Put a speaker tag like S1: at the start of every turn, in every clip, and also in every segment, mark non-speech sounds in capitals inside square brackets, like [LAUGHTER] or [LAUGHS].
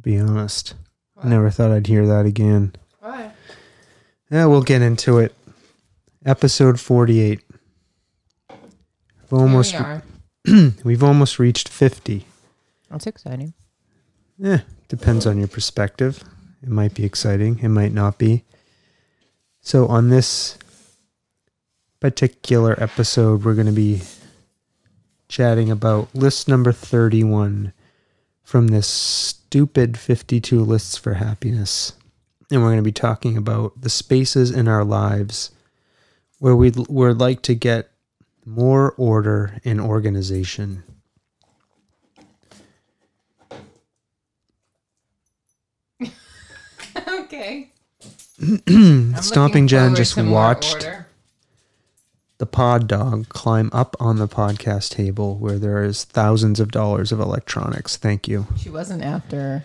S1: Be honest. I never thought I'd hear that again.
S2: Why?
S1: Yeah, we'll get into it. Episode 48. We've almost
S2: Here we are.
S1: we've almost reached 50.
S2: That's exciting.
S1: Yeah, Eh, depends on your perspective. It might be exciting, it might not be. So, on this particular episode, we're going to be chatting about list number 31 from this stupid 52 lists for happiness. And we're going to be talking about the spaces in our lives where we'd, we'd like to get more order and organization.
S2: [LAUGHS]
S1: [CLEARS THROAT]
S2: okay. I'm
S1: Stomping
S2: looking
S1: Jen
S2: forward
S1: just
S2: to more
S1: watched
S2: order.
S1: the pod dog climb up on the podcast table where there is thousands of dollars of electronics. Thank you.
S2: She wasn't after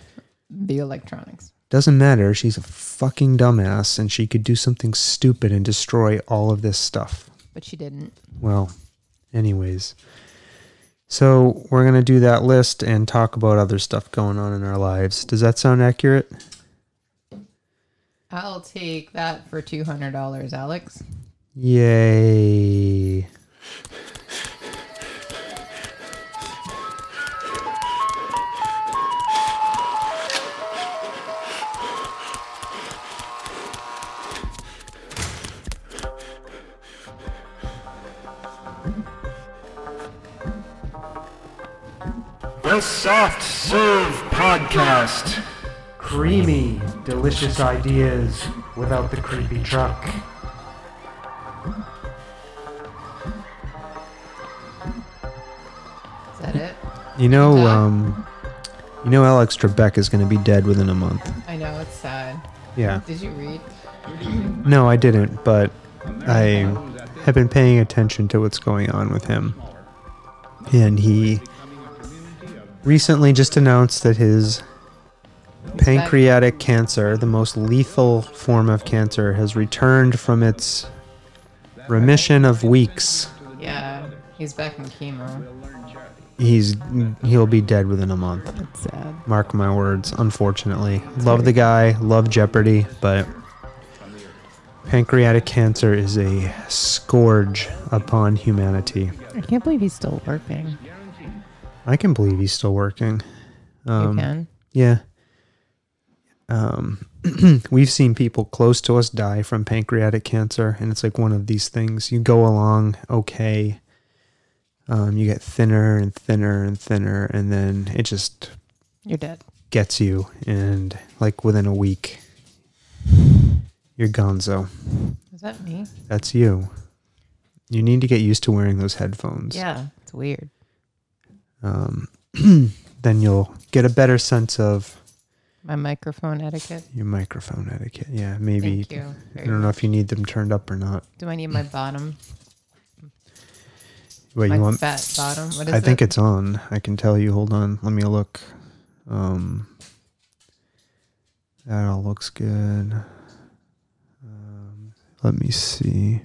S2: the electronics.
S1: Doesn't matter. She's a fucking dumbass and she could do something stupid and destroy all of this stuff.
S2: But she didn't.
S1: Well, anyways. So we're going to do that list and talk about other stuff going on in our lives. Does that sound accurate?
S2: I'll take that for two hundred dollars, Alex.
S1: Yay.
S3: The Soft Serve Podcast.
S1: Creamy, delicious ideas without the creepy truck.
S2: Is that it?
S1: You know,
S2: Yeah.
S1: um, you know, Alex Trebek is going to be dead within a month.
S2: I know it's sad.
S1: Yeah.
S2: Did you read?
S1: No, I didn't, but I have been paying attention to what's going on with him. And he recently just announced that his pancreatic cancer, the most lethal form of cancer, has returned from its remission of weeks.
S2: Yeah, he's back in chemo.
S1: He's he'll be dead within a month.
S2: It's sad.
S1: Mark my words, unfortunately. Love the guy, love Jeopardy, but pancreatic cancer is a scourge upon humanity.
S2: I can't believe he's still working.
S1: I can believe he's still working. Um,
S2: you can.
S1: Yeah. Um, [CLEARS THROAT] we've seen people close to us die from pancreatic cancer, and it's like one of these things. You go along okay, um, you get thinner and thinner and thinner, and then it just
S2: You're dead.
S1: gets you, and like within a week, you're gonzo.
S2: Is that me?
S1: That's you. You need to get used to wearing those headphones.
S2: Yeah. It's weird.
S1: Um, [CLEARS THROAT] then you'll get a better sense of
S2: My microphone etiquette.
S1: your microphone etiquette. Yeah, maybe.
S2: Thank you.
S1: I
S2: Very
S1: don't know if you need them turned up or not.
S2: Do I need my bottom?
S1: Wait,
S2: My
S1: you want?
S2: fat bottom? What is
S1: I think
S2: it?
S1: it's on. I can tell you. Hold on. Let me look. Um, that all looks good. Um, let me see.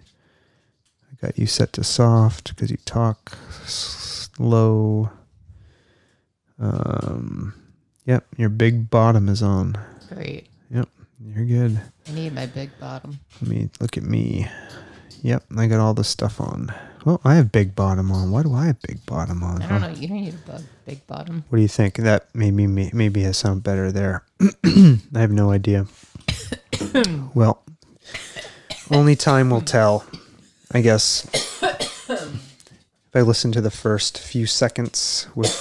S1: I got you set to soft because you talk slow. Um, yep, your big bottom is on.
S2: great.
S1: You're good.
S2: I need my big bottom.
S1: Let me look at me. Yep, I got all the stuff on. Well, I have big bottom on. Why do I have big bottom on?
S2: I
S1: huh?
S2: don't know. You don't need a bu- big bottom.
S1: What do you think? That maybe me- maybe I sound better there. [CLEARS THROAT] I have no idea. well, only time will tell. I guess [COUGHS] if I listen to the first few seconds with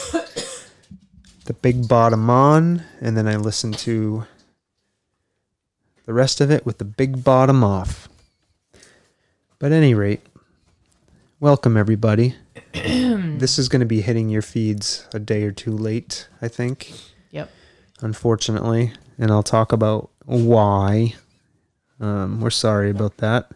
S1: the big bottom on, and then I listen to the rest of it with the big bottom
S2: [CLEARS THROAT]
S1: off. But any rate, welcome everybody. this is going to be hitting your feeds a day or two late, I think,
S2: Yep.
S1: unfortunately. And I'll talk about why. Um, we're sorry about that.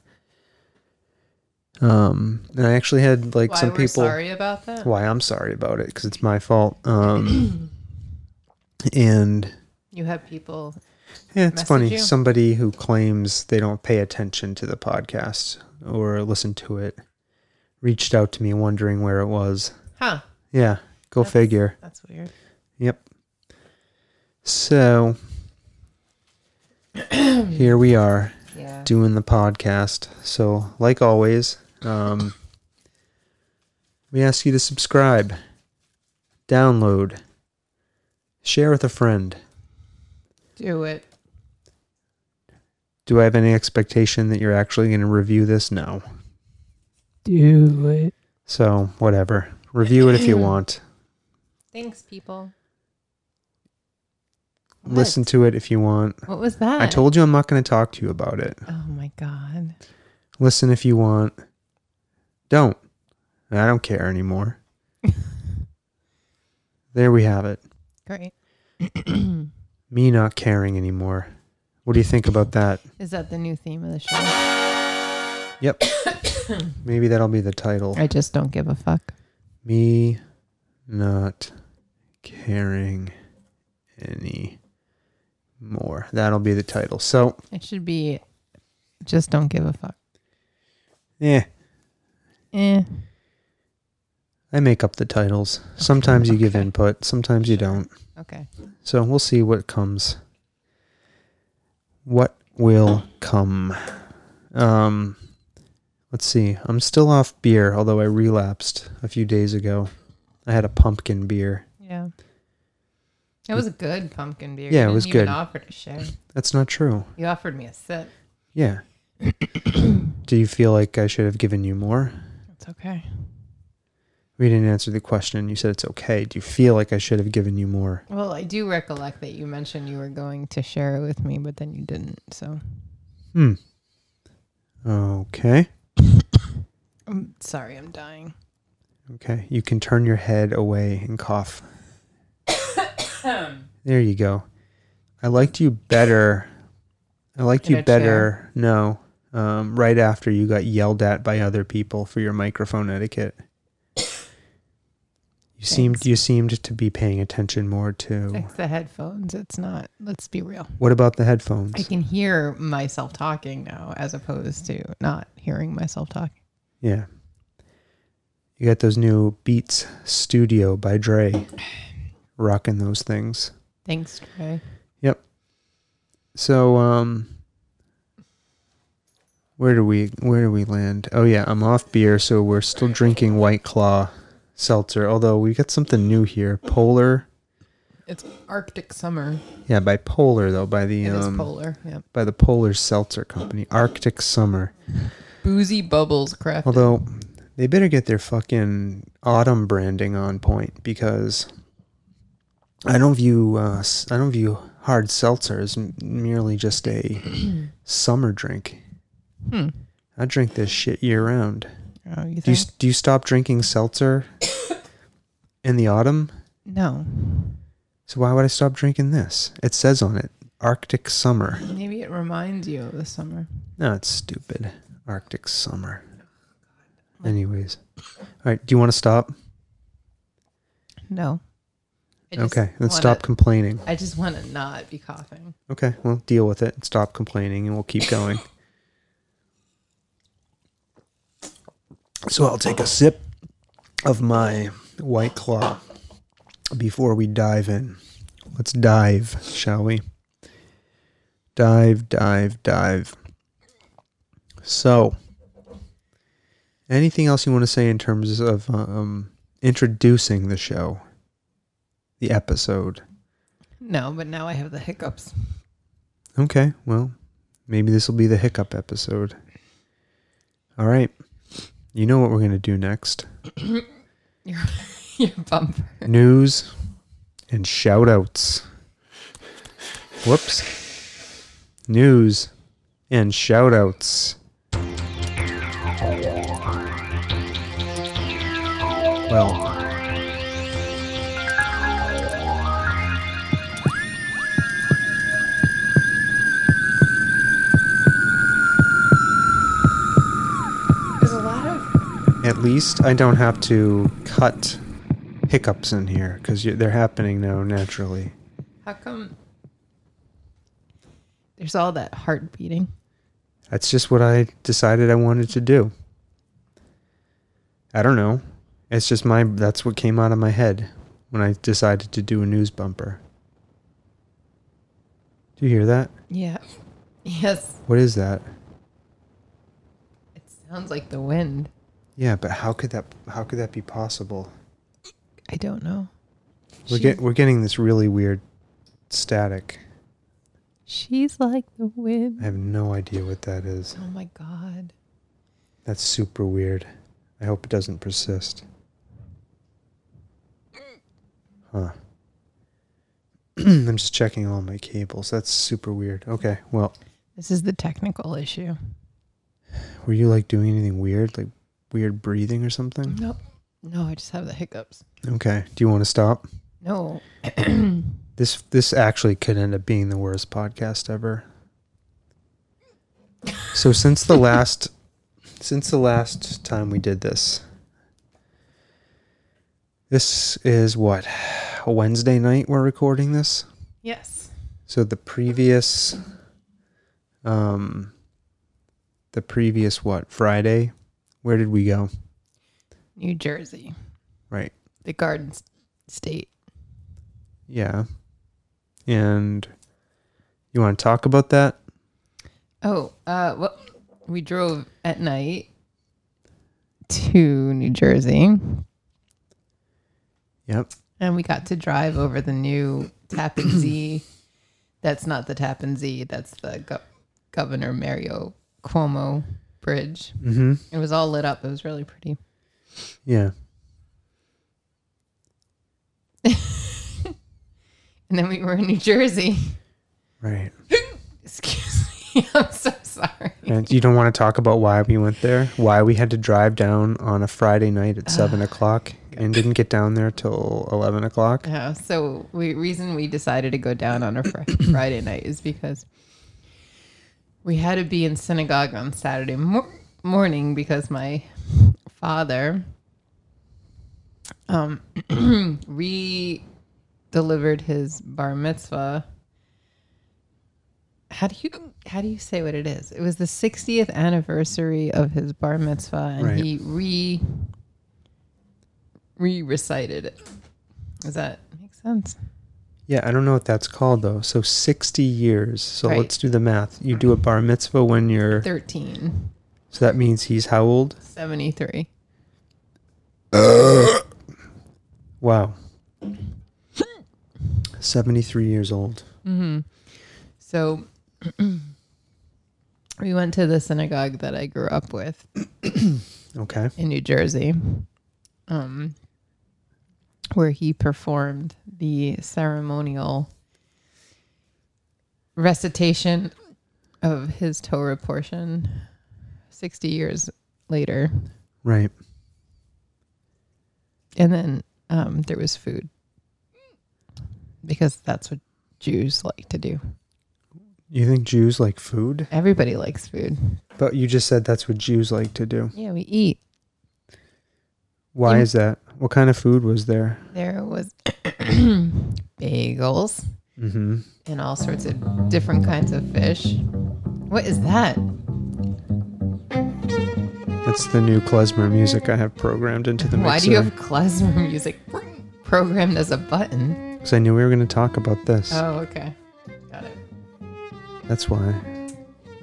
S1: Um, and I actually had like
S2: Why
S1: some
S2: we're
S1: people
S2: sorry about that?
S1: why I'm sorry about it because it's my fault. Um, [CLEARS THROAT] and
S2: You have people.
S1: yeah, it's
S2: Message
S1: funny.
S2: you.
S1: Somebody who claims they don't pay attention to the podcast or listen to it reached out to me wondering where it was.
S2: Huh.
S1: Yeah, go
S2: That's-
S1: figure.
S2: That's weird.
S1: Yep.
S2: [CLEARS THROAT]
S1: So here we are
S2: Yeah.
S1: doing the podcast. So, like always, um, we ask you to subscribe, download, share with a friend.
S2: Do it.
S1: Do I have any expectation that you're actually going to review this? No.
S2: Do it.
S1: So, whatever. Review it if you want.
S2: Thanks, people. What?
S1: Listen to it if you want.
S2: What was that?
S1: I told you I'm not going to talk to you about it.
S2: Oh my god. [LAUGHS]
S1: Listen if you want. Don't. I don't care anymore. there we have it. [COUGHS]
S2: Great.
S1: me not caring anymore. What do you think about that?
S2: Is that the new theme of the show?
S1: Yep. Maybe that'll be the title.
S2: [COUGHS] I just don't give a fuck.
S1: Me not caring any more. That'll be the title. So,
S2: It should be just don't give a fuck.
S1: yeah,
S2: Eh.
S1: I make up the titles. Sometimes you give
S2: okay.
S1: input, sometimes you don't.
S2: Okay.
S1: So, we'll see what comes. What will come? Um let's see. I'm still off beer, although I relapsed a few days ago. I had a pumpkin beer.
S2: Yeah. It was a good pumpkin beer. You
S1: Yeah, it
S2: didn't
S1: was
S2: even
S1: good.
S2: offer to share.
S1: That's not true.
S2: You offered me a sip. [COUGHS]
S1: Yeah. Do you feel like I should have given you more?
S2: It's okay.
S1: We didn't answer the question. You said it's okay. Do you feel like I should have given you more?
S2: Well, I do recollect that you mentioned you were going to share it with me, but then you didn't. So
S1: Hmm. Okay.
S2: I'm sorry, I'm dying.
S1: Okay. You can turn your head away and cough. there you go. I liked you better. I liked
S2: In
S1: you
S2: a chair?
S1: better. No. Um, right after you got yelled at by other people for your microphone etiquette. You seemed
S2: Thanks.
S1: you seemed to be paying attention more to
S2: It's the headphones. It's not. Let's be real.
S1: What about the
S2: I
S1: headphones?
S2: can hear myself talking now as opposed to not hearing myself talking.
S1: Yeah. You got those new Beats Studio by
S2: [SIGHS]
S1: Dre. Rocking those things.
S2: Thanks, Trey.
S1: So um where do we where do we land? Oh yeah, I'm off beer, so we're still drinking White Claw seltzer. Although we got something new here. Polar.
S2: It's Arctic summer.
S1: Yeah, by Polar though, by the
S2: It is
S1: um
S2: polar. Yeah.
S1: by the Polar Seltzer Company. Arctic Summer.
S2: Boozy bubbles crafted.
S1: Although they better get their fucking autumn branding on point because I don't view uh, s- I don't view hard seltzer as m- merely just a
S2: [CLEARS THROAT]
S1: summer drink.
S2: Hmm.
S1: I drink this shit year round.
S2: Oh, you
S1: Do you
S2: think?
S1: s- do you stop drinking seltzer in the autumn?
S2: no.
S1: So why would I stop drinking this? It says on it Arctic summer.
S2: Maybe it reminds you of the summer.
S1: No, it's stupid. Arctic summer. Anyways, all right. Do you want to stop?
S2: No. I just
S1: Okay, let's
S2: wanna-
S1: stop complaining.
S2: I just want to not be coughing.
S1: Okay, well, deal with it. and Stop complaining, and we'll keep going. so I'll take a sip of my White Claw before we dive in. Let's dive, shall we? Dive, dive, dive. So, anything else you want to say in terms of um, introducing the show, the episode?
S2: No, but now I have the hiccups. [LAUGHS]
S1: Okay, well, maybe this will be the hiccup episode. All right. You know what we're going to do next
S2: Your bumper.
S1: news and shout outs. Whoops. News and shout outs. Well,
S2: There's a lot of.
S1: at least I don't have to cut hiccups in here because they're happening now naturally.
S2: How come? There's all that heart beating.
S1: That's just what I decided I wanted to do. I don't know. It's just my that's what came out of my head when I decided to do a news bumper. Do you hear that?
S2: Yeah. Yes.
S1: What is that?
S2: It sounds like the wind.
S1: Yeah, but how could that how could that be possible?
S2: I don't know.
S1: We're
S2: She-
S1: get, we're getting this really weird static.
S2: She's like the
S1: I
S2: wind.
S1: have no idea what that is.
S2: Oh my god.
S1: That's super weird. I hope it doesn't persist. Huh. [CLEARS THROAT] I'm just checking all my cables. That's super weird. Okay, well,
S2: This is the technical issue.
S1: were you like doing anything weird, like weird breathing or something?
S2: Nope. No, I just have the hiccups.
S1: Okay. Do you want to stop?
S2: No.
S1: This this actually could end up being the worst podcast ever. So since the last since the last time we did this this is what a Wednesday night we're recording this.
S2: Yes.
S1: So the previous um the previous what? Friday? Where did we go?
S2: New Jersey,
S1: Right.
S2: the Garden S- State.
S1: Yeah. And you want to talk about that?
S2: Oh, uh, well, we drove at night to New Jersey,
S1: Yep.
S2: and we got to drive over the new Tappan Zee. That's not the Tappan Zee. That's the Go- Governor Mario Cuomo Bridge.
S1: Mhm.
S2: It was all lit up. It was really pretty.
S1: Yeah.
S2: And then we were in New Jersey. [LAUGHS]
S1: Right.
S2: Excuse me. [LAUGHS] I'm so sorry.
S1: And you don't want to talk about why we went there, why we had to drive down on a Friday night at seven o'clock and didn't get down there till eleven o'clock.
S2: Yeah. So we reason we decided to go down on a fr- Friday night is because we had to be in synagogue on Saturday mor- morning because my father um, [CLEARS THROAT] re delivered his bar mitzvah. How do you how do you say what it is? It was the 60th anniversary of his bar mitzvah, and
S1: Right.
S2: he re re recited it. Does that make sense?
S1: Yeah, I don't know what that's called though. So sixty years. So
S2: Right.
S1: let's do the math. You do a bar mitzvah when you're
S2: 13,
S1: so that means he's how old?
S2: 73.
S1: Wow. Seventy three years old.
S2: So [CLEARS THROAT] we went to the synagogue that I grew up with
S1: Okay.
S2: in New Jersey, um, where he performed the ceremonial recitation of his Torah portion 60 years later.
S1: Right.
S2: And then um, there was food because that's what Jews like to do.
S1: You think Jews like food?
S2: Everybody likes food.
S1: But you just said that's what Jews like to do.
S2: Yeah, we eat.
S1: Why
S2: Yeah.
S1: is that? What kind of food was there?
S2: There was [CLEARS THROAT] bagels
S1: Mm-hmm.
S2: and all sorts of different kinds of fish. What is that?
S1: That's the new klezmer music I have programmed into the mixer.
S2: Why do you have klezmer music programmed as a button?
S1: Because I knew we were going to talk about this.
S2: Oh, okay. Got it.
S1: That's why.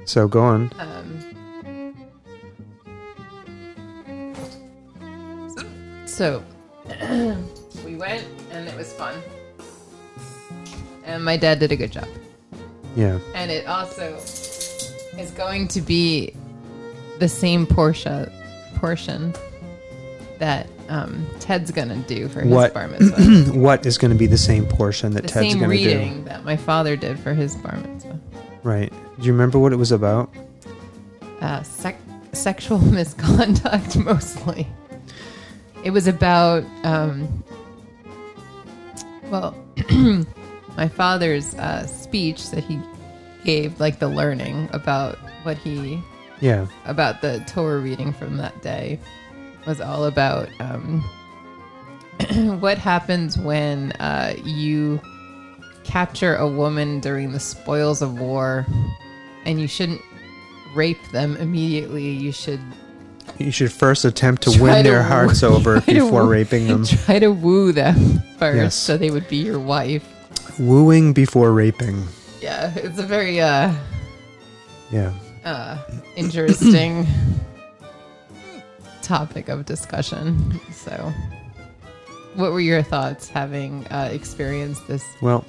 S1: So go on.
S2: Um, so [CLEARS THROAT] we went and it was fun. And my dad did a good job.
S1: Yeah.
S2: And it also is going to be the same Porsche portion that um, Ted's gonna do for his
S1: What-
S2: bar
S1: [CLEARS THROAT]
S2: mitzvah.
S1: Hmm, what is going to be the same portion that
S2: the
S1: Ted's
S2: same
S1: going to do?
S2: reading that my father did for his bar mitzvah.
S1: Right. Do you remember what it was about?
S2: [LAUGHS] Uh, sec- sexual misconduct mostly. it was about um, well [CLEARS THROAT] my father's uh, speech that he gave like the learning about what he
S1: Yeah.
S2: about the torah reading from that day was all about um, [CLEARS THROAT] what happens when uh, you capture a woman during the spoils of war and you shouldn't rape them immediately you should
S1: You should first attempt to
S2: [LAUGHS] Try
S1: win
S2: to
S1: their
S2: woo-
S1: hearts over
S2: try to
S1: before
S2: woo-
S1: raping them.
S2: [LAUGHS] Try to woo them [LAUGHS] first
S1: Yes.
S2: so they would be your wife.
S1: Wooing before raping.
S2: Yeah, it's a very uh,
S1: Yeah.
S2: uh, interesting [COUGHS] topic of discussion. So, what were your thoughts having uh, experienced this?
S1: Well,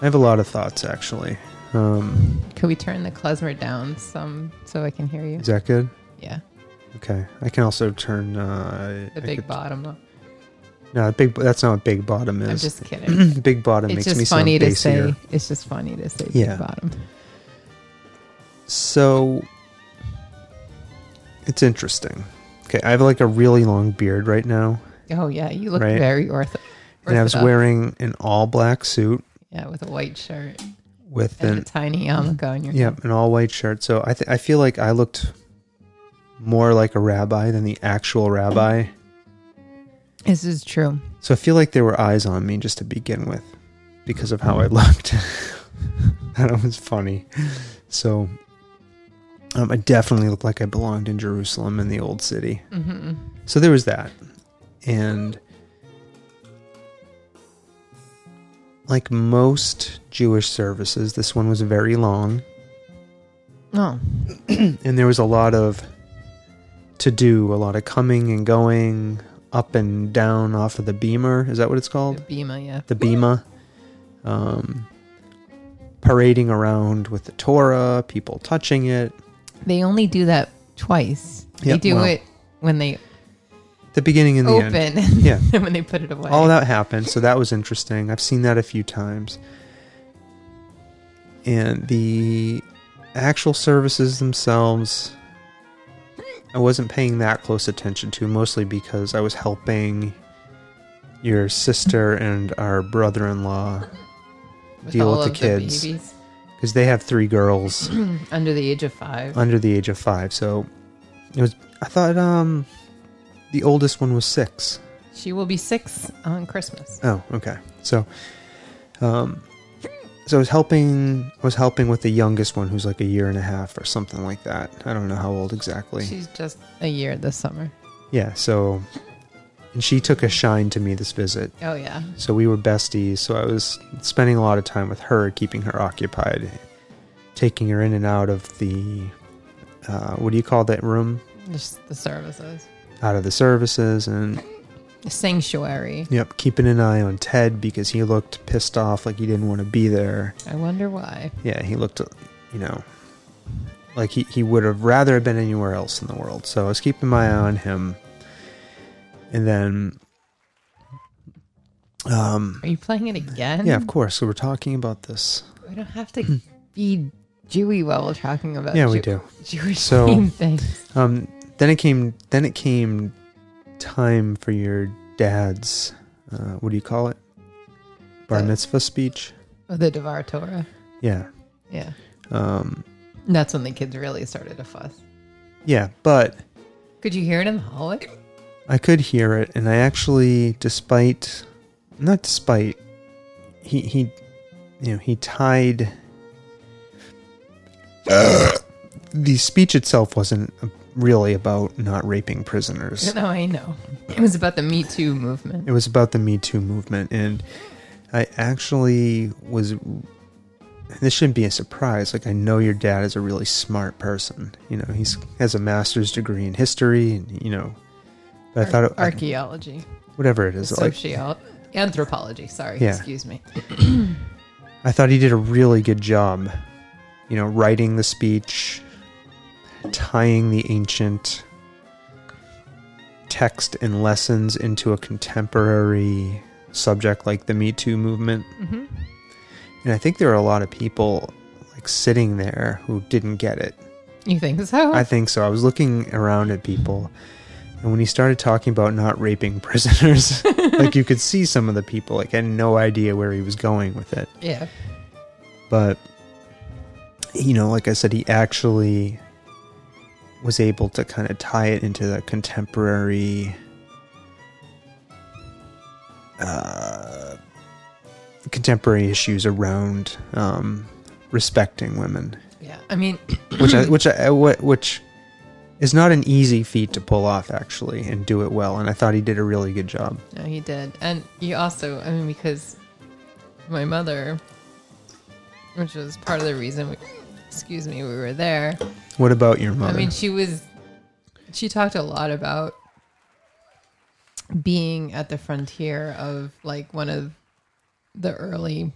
S1: I have a lot of thoughts actually. Um,
S2: Could we turn the klezmer down some so I can hear you?
S1: is that good?
S2: Yeah,
S1: Okay. I can also turn uh, I
S2: the big
S1: could-
S2: bottom. line.
S1: No, big. That's not what big bottom is. [CLEARS THROAT]
S2: I'm just kidding.
S1: big bottom
S2: it's
S1: makes me
S2: just funny
S1: sound
S2: to
S1: bassier.
S2: say. It's just funny to say
S1: Yeah.
S2: big bottom.
S1: So it's interesting. Okay, I have like a really long beard right now,
S2: Oh yeah, you look
S1: Right.
S2: very ortho.
S1: and I was
S2: orthodox.
S1: wearing an all black suit
S2: yeah with a white shirt.
S1: with
S2: and a
S1: an
S2: tiny yarmulke on your
S1: yeah, an all white shirt. So I th- I feel like I looked more like a rabbi than the actual rabbi.
S2: This is true.
S1: So I feel like there were eyes on me just to begin with because of how I looked. [LAUGHS] that was funny. So um, I definitely looked like I belonged in Jerusalem in the old city.
S2: hmm
S1: So there was that. And like most Jewish services, this one was very long
S2: Oh,
S1: and there was a lot of to do, a lot of coming and going up and down off of the beamer. Is that what it's
S2: the
S1: called?
S2: Bima, yeah.
S1: the bema, um, parading around with the Torah, people touching it.
S2: They only do that twice.
S1: Yep,
S2: they do
S1: well,
S2: it when they
S1: The beginning and the
S2: open
S1: end.
S2: and
S1: Yeah.
S2: then [LAUGHS] when they put it away.
S1: All that happened, so that was interesting. I've seen that a few times. And the actual services themselves, I wasn't paying that close attention to, mostly because I was helping your sister and our brother in law deal with the kids.
S2: babies [CLEARS THROAT]
S1: because they have three girls.
S2: under the age of five.
S1: under the age of five. So it was. I thought um, the oldest one was six.
S2: She will be six on Christmas.
S1: Oh, okay. So, um, so I was helping. I was helping with the youngest one, who's like a year and a half or something like that. I don't know how old exactly.
S2: She's just a year this summer.
S1: yeah. So, and she took a shine to me this visit.
S2: Oh yeah,
S1: So we were besties. So I was spending a lot of time with her, keeping her occupied, taking her in and out of the. Uh, what do you call that room?
S2: just the services,
S1: Out of the services and
S2: the sanctuary.
S1: Yep, keeping an eye on Ted because he looked pissed off like he didn't want to be there.
S2: I wonder why.
S1: Yeah, he looked, you know, like he, he would have rather have been anywhere else in the world. So I was keeping my eye on him. And then, um,
S2: Are you playing it again?
S1: yeah, of course. So we're talking about this.
S2: We don't have to be Jewy while we're talking about
S1: Yeah, we
S2: Jew-
S1: do.
S2: Jewish
S1: So-
S2: name things.
S1: Um, then it came. Then it came time for your dad's. Uh, what do you call it? Bar
S2: The-
S1: mitzvah speech.
S2: Oh, the Devar Torah.
S1: Yeah.
S2: Yeah.
S1: Um,
S2: And that's when the kids really started to fuss.
S1: yeah, but
S2: Could you hear it in the hallway?
S1: I could hear it, and I actually, despite, not despite, he he, you know, he tied. the speech itself wasn't really about not raping prisoners.
S2: [LAUGHS] No, I know. It was about the Me Too movement.
S1: It was about the Me Too movement, and I actually was. This shouldn't be a surprise. Like I know your dad is a really smart person. You know, he's has a master's degree in history, and you know. But I thought it,
S2: archaeology,
S1: whatever it is, like
S2: sociology, anthropology. Sorry,
S1: Yeah.
S2: excuse me.
S1: I thought he did a really good job, you know, writing the speech, tying the ancient text and lessons into a contemporary subject like the Me Too movement.
S2: hmm
S1: And I think there are a lot of people like sitting there who didn't get it.
S2: You think so?
S1: I think so. I was looking around at people And when he started talking about not raping prisoners, like you could see some of the people, like had no idea where he was going with it.
S2: Yeah.
S1: But, you know, like I said, he actually was able to kind of tie it into the contemporary uh, contemporary issues around um, respecting women,
S2: Yeah. I mean,
S1: which I, which I, wh- which is not an easy feat to pull off actually and do it well. And I thought he did a really good job.
S2: No, he did. And you also, I mean, because my mother, which was part of the reason, we, excuse me, we were there.
S1: What about your mother?
S2: I mean, she was, she talked a lot about being at the frontier of like one of the early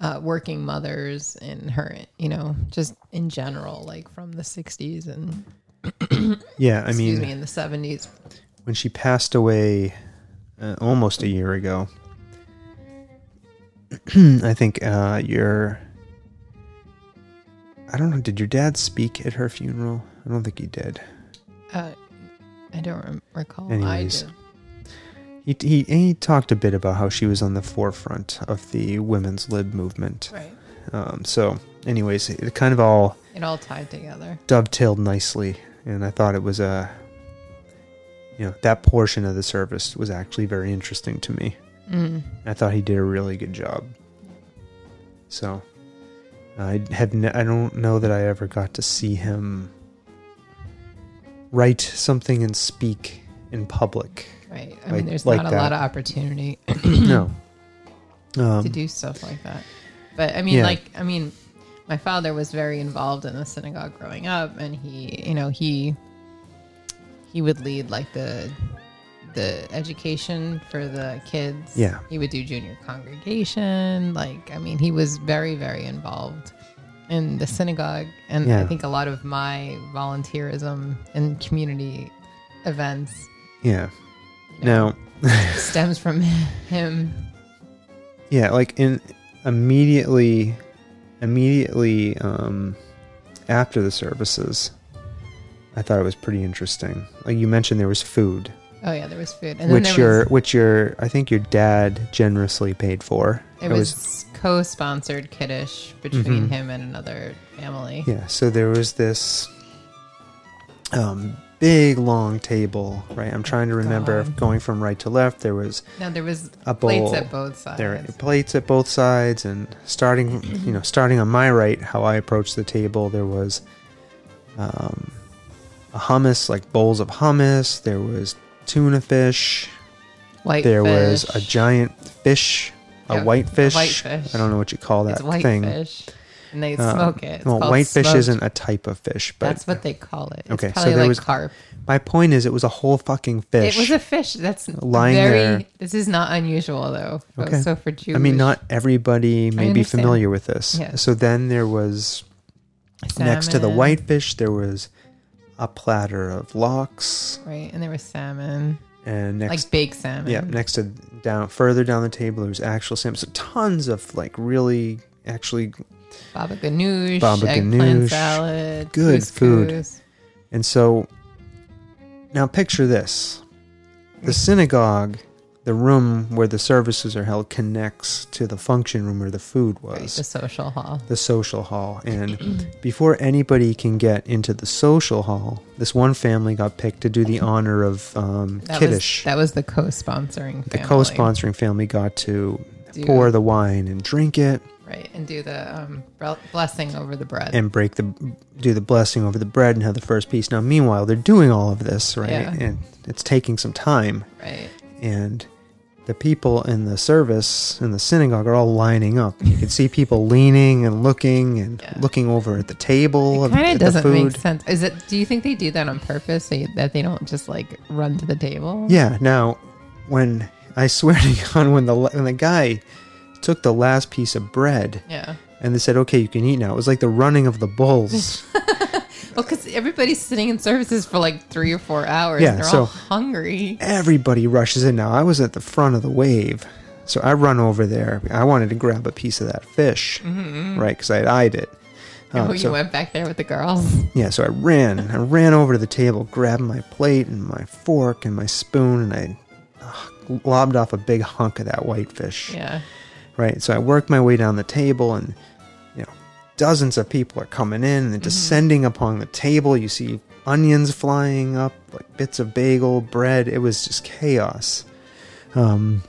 S2: uh, working mothers in her, you know, just in general, like from the 60s and,
S1: yeah, I
S2: excuse
S1: mean,
S2: me, in the 70s.
S1: when she passed away uh, almost a year ago. [CLEARS THROAT] I think uh, your. I don't know. Did your dad speak at her funeral? I don't think he did.
S2: Uh, I don't rem- recall.
S1: Anyways.
S2: I do.
S1: He, he, he talked a bit about how she was on the forefront of the women's lib movement.
S2: Right.
S1: Um, so, anyways, it kind of all
S2: It all tied together.
S1: dovetailed nicely, and I thought it was a, you know, that portion of the service was actually very interesting to me.
S2: Mm.
S1: I thought he did a really good job. So, I have n I don't know that I ever got to see him write something and speak in public.
S2: Right. I
S1: like-
S2: mean, there's
S1: like
S2: not a
S1: that.
S2: lot of opportunity
S1: no. Um,
S2: to do stuff like that. But I mean,
S1: Yeah.
S2: like, I mean, my father was very involved in the synagogue growing up, and he, you know, he he would lead like the the education for the kids.
S1: Yeah.
S2: He would do junior congregation. Like, I mean, he was very, very involved in the synagogue, and I
S1: Yeah.
S2: think a lot of my volunteerism and community events
S1: yeah.
S2: No.
S1: Now,
S2: [LAUGHS] stems from him.
S1: yeah, like in immediately, immediately um, after the services, I thought it was pretty interesting. Like you mentioned, there was food.
S2: Oh yeah, there was food, and then
S1: which
S2: there
S1: your
S2: was
S1: which your I think your dad generously paid for.
S2: it was, co-sponsored kiddish between him and another family.
S1: Mm-hmm. yeah. So there was this um, big long table, right? I'm trying to remember
S2: God.
S1: going from right to left. There was
S2: Now there was
S1: a bowl.
S2: plates at both sides.
S1: there were plates at both sides, and
S2: [CLEARS THROAT]
S1: starting you know starting on my right, how I approached the table, there was um, a hummus like bowls of hummus. There was tuna fish.
S2: White
S1: there
S2: fish.
S1: was a giant fish, a
S2: Yeah,
S1: white
S2: a
S1: fish.
S2: white fish.
S1: I don't know what you call that
S2: it's white
S1: thing.
S2: fish, and they
S1: Um,
S2: smoke it. It's
S1: well,
S2: called
S1: white fish
S2: smoked.
S1: isn't a type of fish, but
S2: That's what they call it. It's
S1: Okay, so
S2: probably
S1: there
S2: like
S1: was
S2: carp.
S1: my point is, it was a whole fucking fish.
S2: It was a fish. That's
S1: Lying
S2: very.
S1: there.
S2: This is not unusual though.
S1: Okay.
S2: So for Jewish,
S1: I mean, not everybody may be
S2: understand.
S1: familiar with this.
S2: Yes.
S1: So then there was next to the
S2: salmon,
S1: white fish, there was a platter of lox,
S2: right? And there was salmon,
S1: and next
S2: like baked salmon.
S1: Yeah, next to down further down the table there was actual salmon. So tons of like really actually
S2: Baba ganoush,
S1: Baba
S2: eggplant
S1: ganoush.
S2: salad,
S1: Good food.
S2: couscous.
S1: And so now picture this. The synagogue, the room where the services are held connects to the function room where the food was.
S2: Right, the social hall.
S1: the social hall. And before anybody can get into the social hall, this one family got picked to do
S2: [LAUGHS]
S1: the honor of um,
S2: That
S1: Kiddush.
S2: was that was the co-sponsoring.
S1: the
S2: family.
S1: co-sponsoring family got to
S2: Do-
S1: pour the wine and drink it
S2: right, and do the um, bre- blessing over the bread.
S1: and break the do the blessing over the bread and have the first piece. Now, meanwhile, they're doing all of this right,
S2: Yeah.
S1: and it's taking some time.
S2: right,
S1: and the people in the service in the synagogue are all lining up. You can see people leaning and looking and
S2: Yeah.
S1: looking over at the table
S2: it
S1: of
S2: kind
S1: at
S2: of
S1: the
S2: doesn't
S1: food.
S2: make sense. Is it? Do you think they do that on purpose so you- that they don't just like run to the table?
S1: Yeah. Now, when I [LAUGHS] swear to God, when the la- when the guy took the last piece of bread
S2: Yeah.
S1: and they said, "Okay, you can eat now," it was like the running of the
S2: [LAUGHS]
S1: bulls.
S2: Well, because everybody's sitting in services for like three or four hours.
S1: Yeah,
S2: and they're
S1: so- Uh, [LAUGHS]
S2: all hungry.
S1: Everybody rushes in. Now, I was at the front of the wave, so I run over there. I wanted to grab a piece of that fish, right? Because I had eyed it.
S2: Mm-hmm. oh,
S1: Uh,
S2: you
S1: so-
S2: went back there with the girls. [LAUGHS]
S1: Yeah, so I ran. I ran over to the table, grabbed my plate and my fork and my spoon, and I ugh, lobbed off a big hunk of that whitefish.
S2: Yeah.
S1: Right. So I worked my way down the table, and you know, dozens of people are coming in and descending upon the table. You see onions flying up, like bits of bagel, bread. It was just chaos. Um,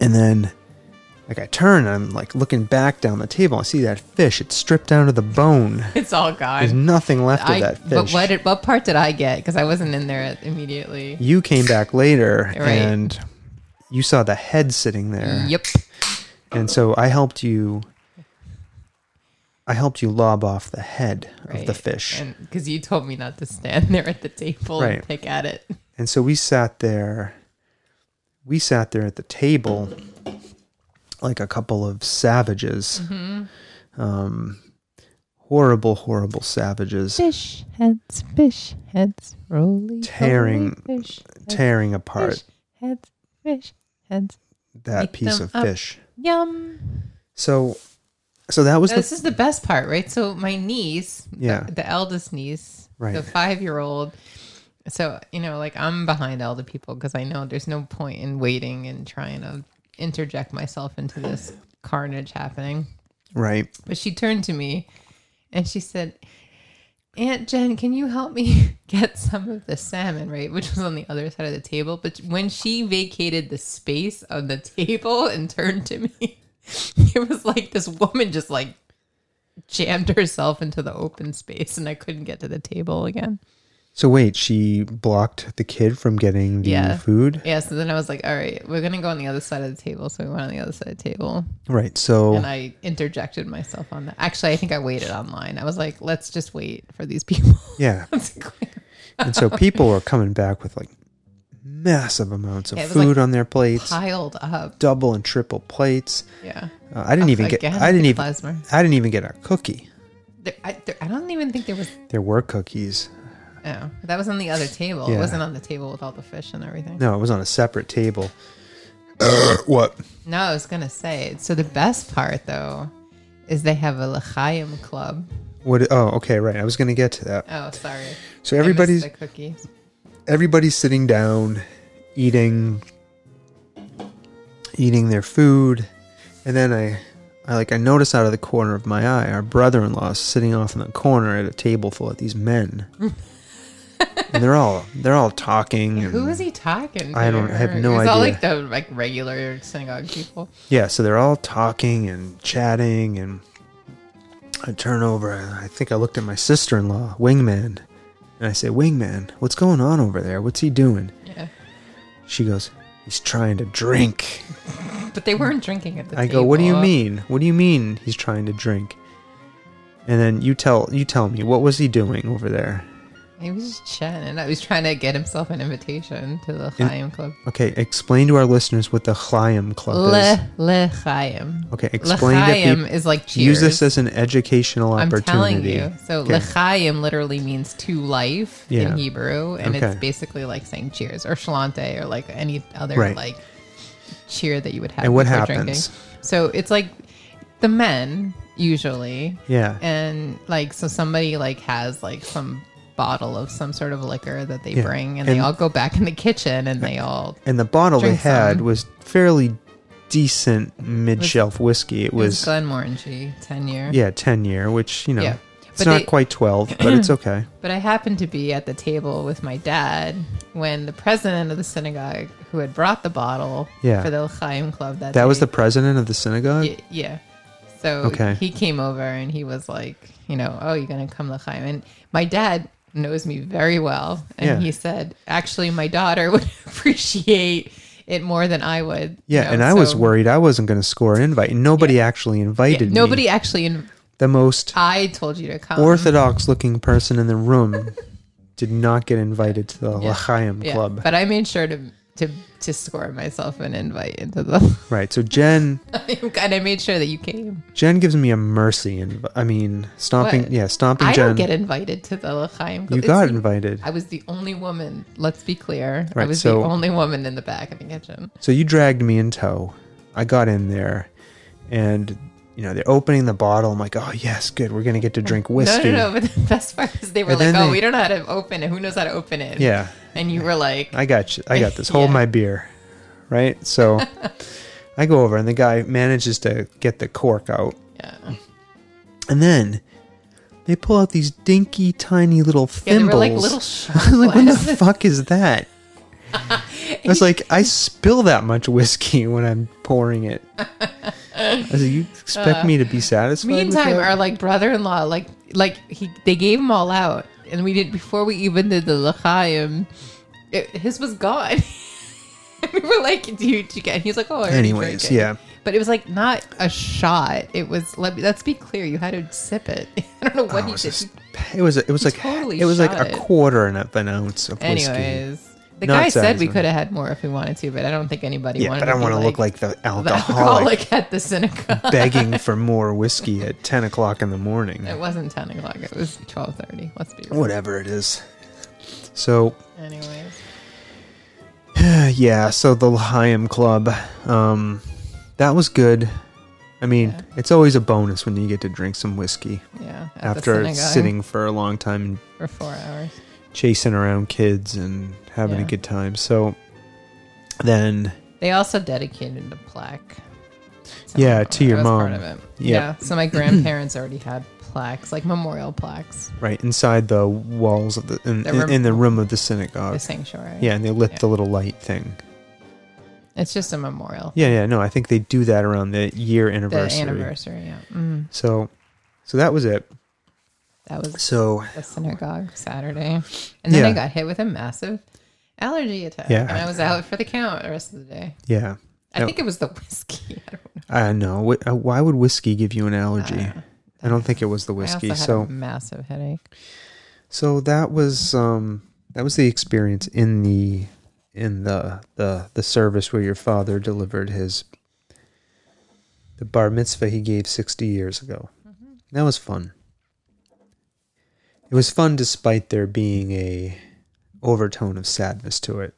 S1: and then, like, I turn, I'm like looking back down the table. I see that fish. It's stripped down to the bone.
S2: It's all
S1: There's
S2: gone.
S1: nothing left
S2: I,
S1: of that fish.
S2: But what did, what part did I get? Because I wasn't in there immediately.
S1: you came back later
S2: [LAUGHS] Right.
S1: and you saw the head sitting there.
S2: Yep.
S1: And so I helped you. I helped you lob off the head of the fish. And,
S2: Because you told me not to stand [LAUGHS] there at the table
S1: Right.
S2: and pick at it.
S1: so we sat there. We sat there at the table like a couple of savages.
S2: Mm-hmm.
S1: Um, horrible, horrible savages
S2: Fish heads, fish heads, rolling.
S1: Tearing
S2: Fish
S1: tearing apart
S2: heads, fish heads.
S1: that
S2: Eat
S1: piece
S2: them
S1: of
S2: up.
S1: fish.
S2: Yum.
S1: So so that was the
S2: This is the best part, right? So my niece,
S1: Yeah.
S2: the, the eldest niece,
S1: Right.
S2: the five-year-old. So you know, like I'm behind all the people because I know there's no point in waiting and trying to interject myself into this carnage happening.
S1: right.
S2: But she turned to me and she said, Aunt Jen, can you help me [LAUGHS] get some of the salmon, right? Which was on the other side of the table. But when she vacated the space on the table and turned to me, [LAUGHS] it was like this woman just like jammed herself into the open space and I couldn't get to the table again.
S1: So wait, she blocked the kid from getting the
S2: Yeah.
S1: food.
S2: Yeah. So then I was like, all right, we're going to go on the other side of the table. So we went on the other side of the table.
S1: Right. So
S2: and I interjected myself on that. Actually, I think I waited online. I was like, let's just wait for these [LAUGHS] people.
S1: yeah,
S2: That's clear.
S1: and so people are coming back with like massive amounts of
S2: Yeah, it was, like,
S1: food on their plates,
S2: piled up.
S1: double and triple plates.
S2: Yeah.
S1: Uh, I didn't even
S2: Again,
S1: get. I didn't
S2: the
S1: even.
S2: plasma.
S1: I didn't even get a cookie.
S2: There, I, there, I don't even think there was.
S1: There were cookies.
S2: Oh, that was on the other table.
S1: Yeah.
S2: It wasn't on the table with all the fish and everything.
S1: No, it was on a separate table. what?
S2: No, I was gonna say. So the best part though is they have a l'chaim club.
S1: What? Oh, okay, right. I was going to get to that.
S2: Oh, sorry.
S1: So
S2: I missed
S1: everybody's
S2: the cookies.
S1: everybody's sitting down, eating, eating their food, and then I, I like I notice out of the corner of my eye our brother-in-law is sitting off in the corner at a table full of these
S2: [LAUGHS]
S1: men, and they're all they're all talking. And,
S2: Who is he talking? to?
S1: I don't- I have no
S2: It was all
S1: idea.
S2: like the like regular synagogue people.
S1: Yeah, so they're all talking and chatting, and I turn over and I think I looked at my sister-in-law, Wingman, and I say, Wingman, what's going on over there? What's he doing?
S2: Yeah,
S1: She goes, He's trying to drink.
S2: but they weren't drinking at the
S1: I
S2: table.
S1: go, what do you mean? What do you mean he's trying to drink? And then you tell you tell me what was he doing over there?
S2: He was just chatting. I was trying to get himself an invitation to the Chaim Club.
S1: Okay, explain to our listeners what the Chaim Club is.
S2: Le Le Chaim.
S1: Okay, explain to
S2: L'chaim
S1: peop-
S2: is like
S1: Use
S2: cheers.
S1: this as an educational
S2: I'm telling
S1: opportunity.
S2: you. So
S1: Okay.
S2: L'chaim literally means to life
S1: Yeah.
S2: in Hebrew, and
S1: Okay.
S2: it's basically like saying cheers or shalante or like any other
S1: Right.
S2: like cheer that you would have.
S1: And what
S2: before
S1: happens?
S2: Drinking. So it's like the men usually
S1: Yeah.
S2: and like so somebody like has like some bottle of some sort of liquor that they
S1: Yeah.
S2: bring and, they
S1: And-
S2: all go back in the kitchen and they all
S1: and the bottle they
S2: Drink
S1: had
S2: some.
S1: was fairly decent mid shelf whiskey. It
S2: it was
S1: was,
S2: Glenmorangie 10 year
S1: yeah, ten year, which, you know
S2: Yeah.
S1: it's
S2: But
S1: not
S2: they-
S1: quite twelve, but
S2: [COUGHS]
S1: it's okay.
S2: but I happened to be at the table with my dad when the president of the synagogue who had brought the bottle
S1: Yeah.
S2: for the Chaim club that
S1: That was
S2: day-
S1: the president of the synagogue?
S2: Y- yeah. So
S1: Okay.
S2: he came over and he was like, you know, oh, you're gonna come to Chaim. And my dad knows me very well, and
S1: Yeah.
S2: he said, actually, my daughter [LAUGHS] would appreciate it more than I would. you
S1: Yeah,
S2: know,
S1: and I was
S2: so-
S1: worried I wasn't going to score an invite. and Nobody actually
S2: Yeah,
S1: invited me.
S2: nobody um, actually. In-
S1: the most
S2: I told you to come.
S1: orthodox looking person in the
S2: [LAUGHS]
S1: room did not get invited to the L'chaim
S2: Yeah,
S1: club.
S2: but I made sure to to to score myself an invite into the.
S1: Right. So Jen
S2: and I made sure that you came.
S1: Jen gives me a mercy inv- I mean, stomping
S2: What?
S1: yeah, stomping
S2: I
S1: Jen.
S2: don't get invited to the L'chaim.
S1: You
S2: It's
S1: got
S2: the-
S1: invited.
S2: I was the only woman. Let's be clear. I
S1: Right,
S2: was
S1: so-
S2: the only woman in the back of the kitchen.
S1: So you dragged me in tow. I got in there and you know, they're opening the bottle. I'm like, oh, yes, good. We're going to get to drink
S2: No,
S1: whiskey.
S2: no, no. But [LAUGHS] the best part is they were
S1: And
S2: like,
S1: then
S2: "Oh,
S1: they-
S2: we don't know how to open it. Who knows how to open it?"
S1: Yeah.
S2: And you were like,
S1: I got you. I got this. Hold
S2: Yeah.
S1: my beer. Right?
S2: [LAUGHS]
S1: So I go over and the guy manages to get the cork out.
S2: yeah.
S1: And then they pull out these dinky, tiny little
S2: yeah, they
S1: thimbles.
S2: were like
S1: [LAUGHS]
S2: little
S1: I
S2: sharp
S1: was like, what
S2: [LAUGHS]
S1: the
S2: glasses.
S1: fuck is that? I was like, I spill that much whiskey when I'm pouring it. I was like, you expect
S2: Uh,
S1: me to be satisfied? with
S2: [LAUGHS] Meantime,
S1: that?
S2: our like brother-in-law, like like he, they gave them all out, and we did before we even did the l'chaim. It, his was gone. [LAUGHS] we were like, "Dude, you, did you get?" He's like, "Oh, I already
S1: Anyways,
S2: drank it."
S1: yeah.
S2: But it was like not a shot. It was let me, let's be clear. You had to sip it. [LAUGHS] I don't know
S1: Oh, it
S2: what he
S1: was
S2: did.
S1: just- it was it was like
S2: totally
S1: it was like
S2: shot
S1: a
S2: it.
S1: quarter and of an ounce of whiskey.
S2: Anyways, the
S1: Not
S2: guy said we
S1: satisfying.
S2: could have had more if we wanted to, but I don't think anybody
S1: Yeah,
S2: wanted.
S1: but I
S2: be
S1: want to look like the
S2: the
S1: alcoholic,
S2: alcoholic at the synagogue.
S1: [LAUGHS] begging for more whiskey at ten o'clock in the morning.
S2: It wasn't ten o'clock. It was twelve thirty. Let's be real.
S1: Whatever it is. So [SIGHS]
S2: Anyways.
S1: yeah, so the L'Chaim Club, um, that was good. I mean,
S2: Yeah.
S1: it's always a bonus when you get to drink some whiskey
S2: Yeah. at the
S1: after
S2: synagogue
S1: sitting for a long time and
S2: for four hours.
S1: chasing around kids and having a
S2: Yeah.
S1: good time. So then,
S2: They also dedicated the plaque. So
S1: Yeah, to
S2: that
S1: your
S2: was Part
S1: mom.
S2: of it.
S1: Yeah.
S2: Yeah. So
S1: [CLEARS THROAT]
S2: my grandparents already had plaques, like memorial plaques,
S1: right inside the walls of the in,
S2: The room-
S1: in the room of the
S2: the
S1: synagogue,
S2: sanctuary.
S1: yeah, and they lit
S2: Yeah.
S1: the little light thing.
S2: It's just a memorial.
S1: Yeah, yeah, no, I think they do that around the year
S2: The anniversary. Yeah. Mm,
S1: So, so that was it.
S2: that was
S1: So
S2: the synagogue Saturday, and then
S1: Yeah.
S2: I got hit with a massive allergy attack,
S1: Yeah.
S2: and I was out for the count the rest of the day.
S1: yeah,
S2: I
S1: Yep.
S2: think it was the [LAUGHS] whiskey. I don't know.
S1: I know. Wh- uh, Why would whiskey give you an allergy?
S2: I don't know.
S1: I don't think it was the
S2: Uh, I also
S1: whiskey.
S2: had
S1: So
S2: a massive headache.
S1: so that was um that was the experience in the in the the the service where your father delivered his the bar mitzvah he gave 60 years ago. That was fun. It was fun despite there being a overtone of sadness to it,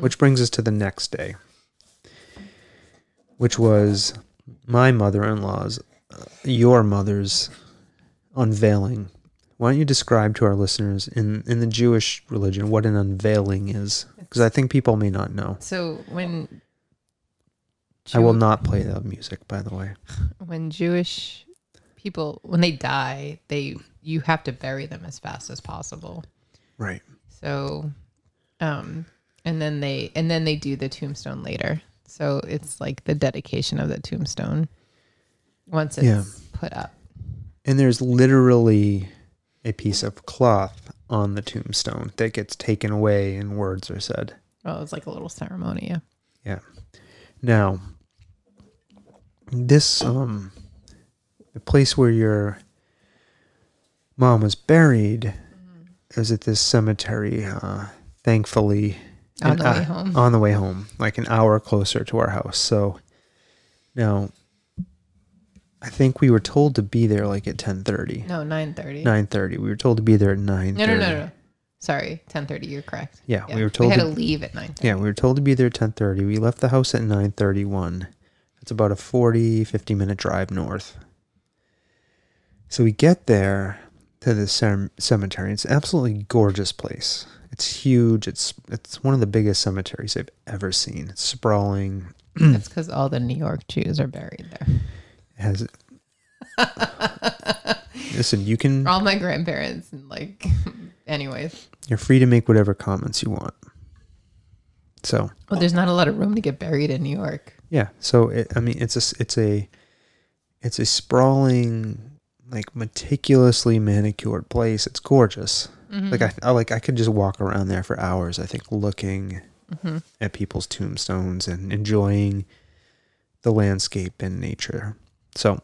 S1: which brings us to the next day, which was my mother-in-law's uh, your mother's unveiling. Why don't you describe to our listeners in, in the Jewish religion what an unveiling is? Because I think people may not know.
S2: So when
S1: I will
S2: Jew-
S1: not play that music, by the way.
S2: when Jewish people when they die, they you have to bury them as fast as possible.
S1: Right.
S2: So um and then they and then they do the tombstone later. So it's like the dedication of the tombstone once it's
S1: Yeah.
S2: put up.
S1: And there's literally a piece of cloth on the tombstone that gets taken away and words are said.
S2: Well, it's like a little ceremony. Yeah.
S1: Yeah. Now, this um, the place where your mom was buried
S2: Mm-hmm.
S1: is at this cemetery. Uh, thankfully,
S2: On
S1: an
S2: the way
S1: hou-
S2: home.
S1: On the way home, like an hour closer to our house. So, now, I think we were told to be there like at ten thirty.
S2: No, 9:30.
S1: Nine thirty. We were told to be there at nine.
S2: no, no, no, no. Sorry, 10:30, you're correct.
S1: Yeah, we were told
S2: we had
S1: to-
S2: to leave at 9:30.
S1: Yeah, we were told to be there at 10:30. We left the house at 9:31. That's about a 40 50 minute drive north. So we get there to the cem- cemetery. It's an absolutely gorgeous place. It's huge. It's it's one of the biggest cemeteries I've ever seen. It's sprawling. [CLEARS THROAT]
S2: That's cuz all the New York Jews are buried there. [LAUGHS]
S1: It has Listen, you can
S2: all my grandparents and like [LAUGHS] anyways
S1: you're free to make whatever comments you want. So,
S2: well there's not a lot of room to get buried in new york
S1: Yeah. So it, I mean, it's a s- it's a it's a sprawling, like meticulously manicured place. It's gorgeous.
S2: Mm-hmm.
S1: Like I, I like I could just walk around there for hours. I think looking
S2: Mm-hmm.
S1: at people's tombstones and enjoying the landscape and nature. So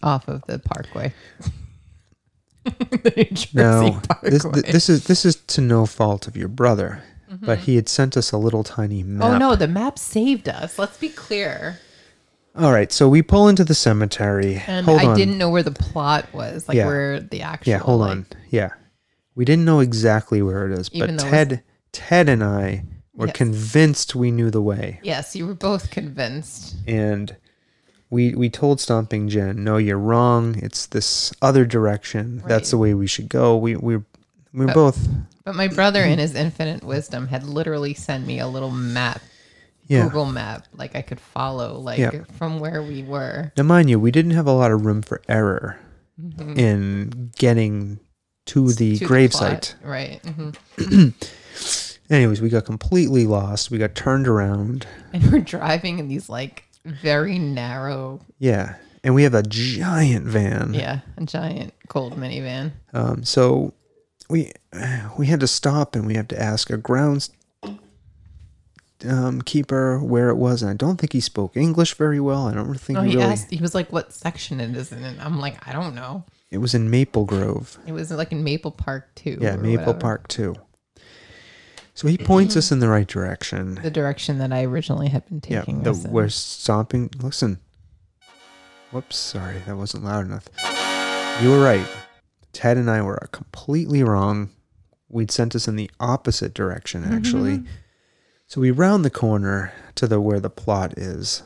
S2: off of the parkway [LAUGHS] the New Jersey
S1: now
S2: parkway.
S1: this th- this is this is to no fault of your brother, but he had sent us a little tiny map.
S2: Mm-hmm. oh no the map saved us let's be clear
S1: All right, so we pull into the cemetery.
S2: and
S1: Hold
S2: i
S1: on.
S2: didn't know where the plot was like
S1: Yeah.
S2: where the actual
S1: Yeah, hold
S2: like-
S1: on. Yeah. We didn't know exactly where it is,
S2: Even
S1: but
S2: though it's-
S1: Ted Ted and I were
S2: Yes.
S1: convinced we knew the way.
S2: yes you were both convinced
S1: And we we told Stomping Jen, no, you're wrong. It's this other direction. That's
S2: Right.
S1: the way we should go. We we we're both
S2: But my brother, in his infinite wisdom, had literally sent me a little map,
S1: yeah.
S2: Google map, like I could follow, like
S1: Yeah.
S2: from where we were.
S1: Now, mind you, we didn't have a lot of room for error in getting to the
S2: Mm-hmm. to
S1: gravesite.
S2: plot. right? hmm
S1: Anyways, we got completely lost. We got turned around.
S2: And we're driving in these like very narrow,
S1: Yeah. And we have a giant van.
S2: yeah, a giant cold minivan.
S1: Um, so we we had to stop and we had to ask a grounds um, keeper where it was. And I don't think he spoke English very well. I don't think
S2: No,
S1: he
S2: Oh, he
S1: really.
S2: asked. He was like, "What section it is in?" And I'm like, "I don't know."
S1: It was in Maple Grove.
S2: It was like in Maple Park too.
S1: Yeah,
S2: or
S1: Maple
S2: whatever.
S1: Park too. So he points us in the right direction.
S2: The direction that I originally had been
S1: Yeah,
S2: taking.
S1: the-
S2: us in.
S1: we're stomping. Listen. Whoops, sorry, that wasn't loud enough. You were right. Ted and I were completely wrong. We'd sent us in the opposite direction,
S2: Mm-hmm.
S1: actually. so we round the corner to the where the plot is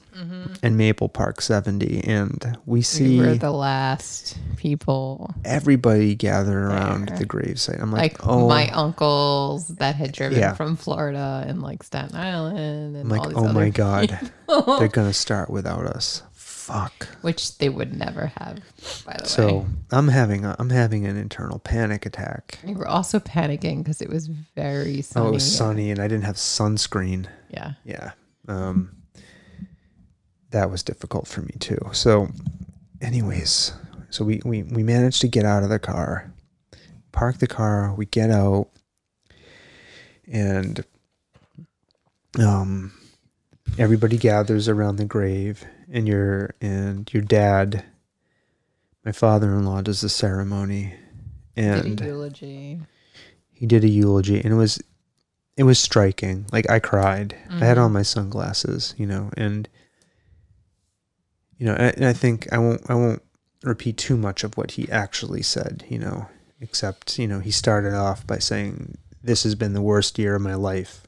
S1: in Maple Park 70, and we
S2: we
S1: see
S2: were Mm-hmm. the last people.
S1: everybody gather around
S2: There.
S1: the gravesite. I'm like,
S2: Like
S1: oh
S2: my uncles that had driven
S1: Yeah.
S2: from Florida and like Staten Island and
S1: I'm like,
S2: all these
S1: oh
S2: other
S1: my
S2: [LAUGHS]
S1: god, they're gonna start without us. Fuck.
S2: which they would never have, by the way.
S1: So I'm having a, I'm having an internal panic attack.
S2: We were also panicking because it was very sunny.
S1: Oh, it was sunny, and I didn't have sunscreen.
S2: Yeah.
S1: Yeah, um, that was difficult for me too. So, anyways, so we we we managed to get out of the car, park the car, we get out, and um, everybody gathers around the grave, and your and your dad, my father-in-law, does the ceremony,
S2: Did a
S1: and
S2: eulogy.
S1: he did a eulogy and it was it was striking like i cried i had on my sunglasses you know and you know and I, and I think i won't i won't repeat too much of what he actually said you know except you know he started off by saying this has been the worst year of my life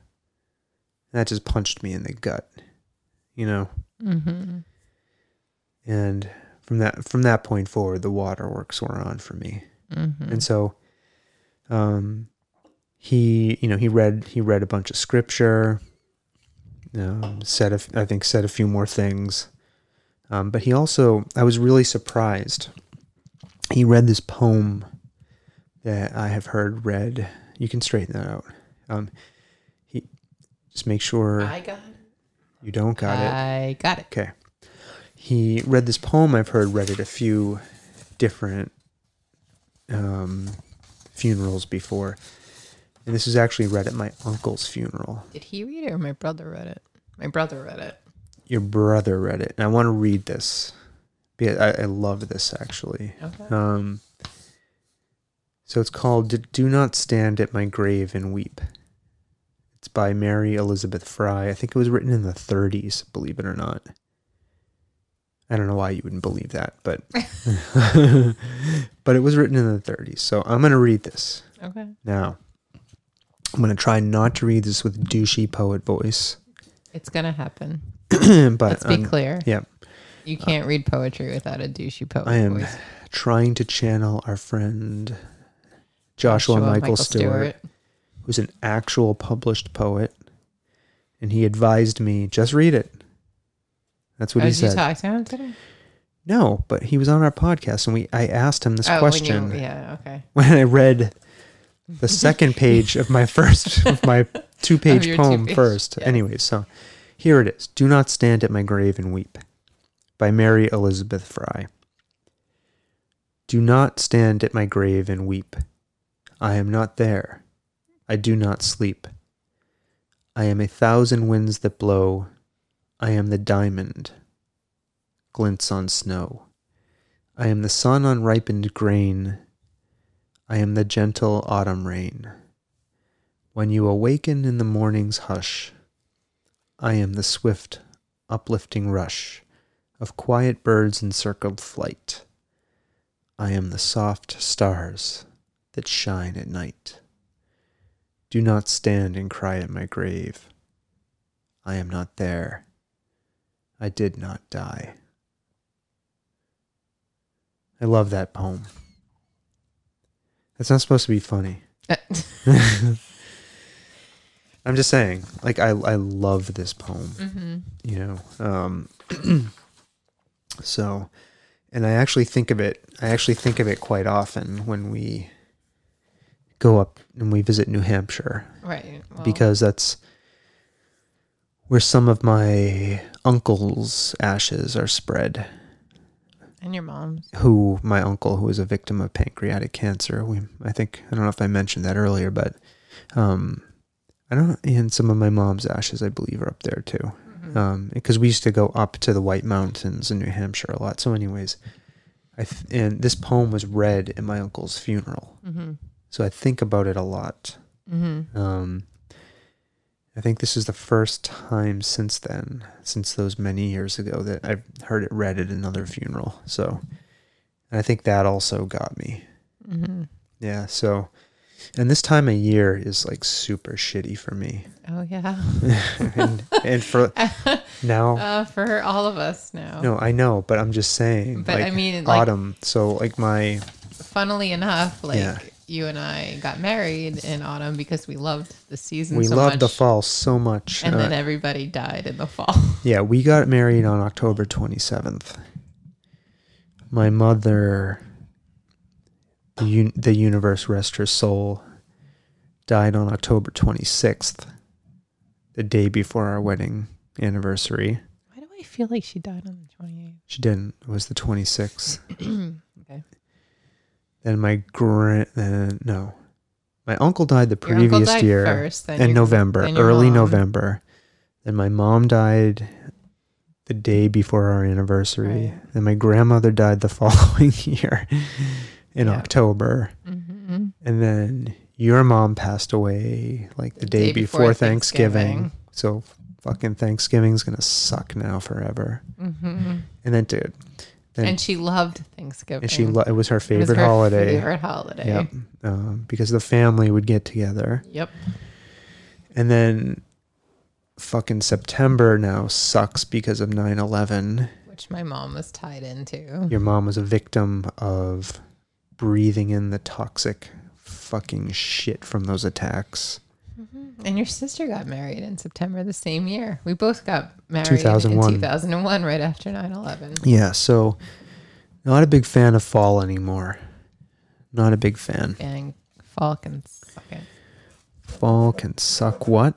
S1: and that just punched me in the gut you know
S2: Mm-hmm.
S1: and from that from that point forward the waterworks were on for me
S2: Mm-hmm.
S1: and so um he you know he read he read a bunch of scripture um, said a f- I think said a few more things um, but he also i was really surprised he read this poem that i have heard read you can straighten that out um, he just make sure
S2: I got it.
S1: you don't got it
S2: I got it.
S1: Okay. He read this poem I've heard read at a few different um, funerals before. And this was actually read at my uncle's funeral.
S2: Did he read it or my brother read it? My brother read it.
S1: Your brother read it. And I want to read this. Yeah, I, I love this actually.
S2: Okay.
S1: Um, so it's called D- Do Not Stand at My Grave and Weep. It's by Mary Elizabeth Fry. I think it was written in the 30s, believe it or not. I don't know why you wouldn't believe that, but [LAUGHS] but it was written in the 30s. So I'm going to read this.
S2: Okay.
S1: Now, I'm going to try not to read this with douchey poet voice, [CLEARS THROAT]
S2: It's going to happen.
S1: but
S2: Let's be
S1: um,
S2: clear.
S1: yeah,
S2: You can't read poetry without a douchey poet
S1: I am
S2: voice.
S1: trying to channel our friend Joshua, Michael, Stewart. who's an actual published poet, and he advised me just read it. That's what
S2: Oh,
S1: he
S2: did you
S1: said.
S2: talk to him today?
S1: no, but he was on our podcast, and we I asked him this
S2: Oh, when you-
S1: question [LAUGHS] when,
S2: yeah, okay.
S1: I read the second page of my [LAUGHS] first of
S2: [LAUGHS]
S1: my two
S2: Of
S1: page
S2: your
S1: poem
S2: Oh, two-page,
S1: first.
S2: yeah.
S1: Anyway, so here it is: "Do not stand at my grave and weep," by Mary Elizabeth Fry. Do not stand at my grave and weep. I am not there. I do not sleep. I am a thousand winds that blow. I am the diamond. Glints on snow. I am the sun on ripened grain. I am the gentle autumn rain. When you awaken in the morning's hush, I am the swift, uplifting rush of quiet birds' encircled flight. I am the soft stars that shine at night. Do not stand and cry at my grave. I am not there. I did not die. I love that poem. That's not supposed to be funny. I'm just saying, like I I love this poem.
S2: Mm-hmm.
S1: You know, um, [CLEARS THROAT] so, and I actually think of it. I actually think of it quite often when we go up and we visit New Hampshire
S2: right. Well,
S1: because that's where some of my uncle's ashes are spread.
S2: and your mom's.
S1: Who my uncle, who was a victim of pancreatic cancer, we I think I don't know if I mentioned that earlier, but um, I don't. And some of my mom's ashes, I believe, are up there too, because Um, we used to go up to the White Mountains in New Hampshire a lot. So, anyways, I th- and this poem was read at my uncle's funeral,
S2: Mm-hmm.
S1: so I think about it a lot.
S2: Mm-hmm.
S1: Um, I think this is the first time since then, since those many years ago, that I've heard it read at another funeral. So, and I think that also got me.
S2: Mm-hmm.
S1: Yeah. So, and this time of year is like super shitty for me,
S2: Oh yeah. [LAUGHS]
S1: and, and for now,
S2: Uh, for all of us now.
S1: no, I know, but I'm just saying.
S2: But I mean, like-
S1: autumn. So, like my
S2: Funnily enough, like
S1: Yeah.
S2: you and I got married in autumn because we loved the season.
S1: we
S2: so
S1: love
S2: much,
S1: the fall so much.
S2: And
S1: uh,
S2: then everybody died in the fall. [LAUGHS]
S1: Yeah, we got married on October 27th. My mother, the, un- the universe rest her soul, died on October 26th, the day before our wedding anniversary.
S2: Why do I feel like she died on the twenty [CLEARS THROAT] eighth?
S1: She didn't. It was the 26th.
S2: Okay.
S1: Then my grand, uh, no, my uncle died the
S2: Your
S1: [CLEARS THROAT]
S2: uncle
S1: previous
S2: died
S1: year
S2: first, then
S1: in
S2: your-
S1: November,
S2: then your
S1: early
S2: mom.
S1: November. Then my mom died the day before our anniversary.
S2: Right.
S1: Then my grandmother died the [LAUGHS] following year in
S2: Yeah.
S1: October.
S2: Mhm.
S1: And then your mom passed away like the, day, before, Thanksgiving.
S2: Thanksgiving.
S1: So fucking Thanksgiving's going to suck now forever.
S2: Mhm.
S1: And then dude, then
S2: And she loved Thanksgiving.
S1: and she lo- it was her
S2: It
S1: favorite
S2: was her
S1: holiday.
S2: Favorite holiday.
S1: Yep. Um, because the family would get together.
S2: Yep.
S1: And then fucking September now sucks because of 9 11.
S2: Which my mom was tied into.
S1: Your mom was a victim of breathing in the toxic fucking shit from those attacks.
S2: Mm-hmm. And your sister got married in September the same year. We both got married
S1: 2001.
S2: in 2001, right after 9 11.
S1: Yeah, so not a big fan of fall anymore. Not a big fan.
S2: And Falcon suck it.
S1: Fall can suck what?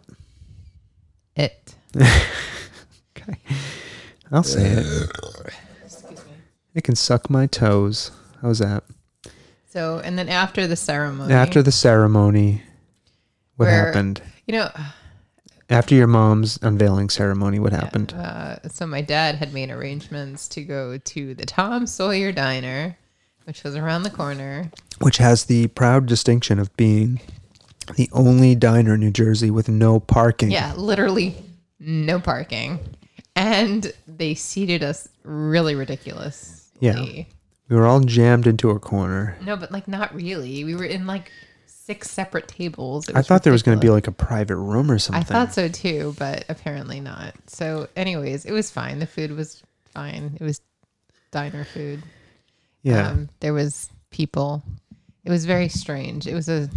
S2: It.
S1: Okay. I'll say it.
S2: Excuse me.
S1: It can suck my toes. How's that?
S2: So, and then after the ceremony,
S1: After the ceremony, what
S2: Where-
S1: happened?
S2: you know,
S1: After your mom's unveiling ceremony, what happened?
S2: uh, so my dad had made arrangements to go to the Tom Sawyer Diner, which was around the corner.
S1: which has the proud distinction of being the only diner in New Jersey with no parking.
S2: Yeah, literally no parking. And they seated us really ridiculous.
S1: Yeah. We were all jammed into a corner.
S2: No, but like not really. We were in like six separate tables. It
S1: I thought there was going to be like a private room or something.
S2: I thought so too, but apparently not. So, anyways, it was fine. The food was fine. It was diner food.
S1: yeah.
S2: Um, there was people. It was very strange. It was a,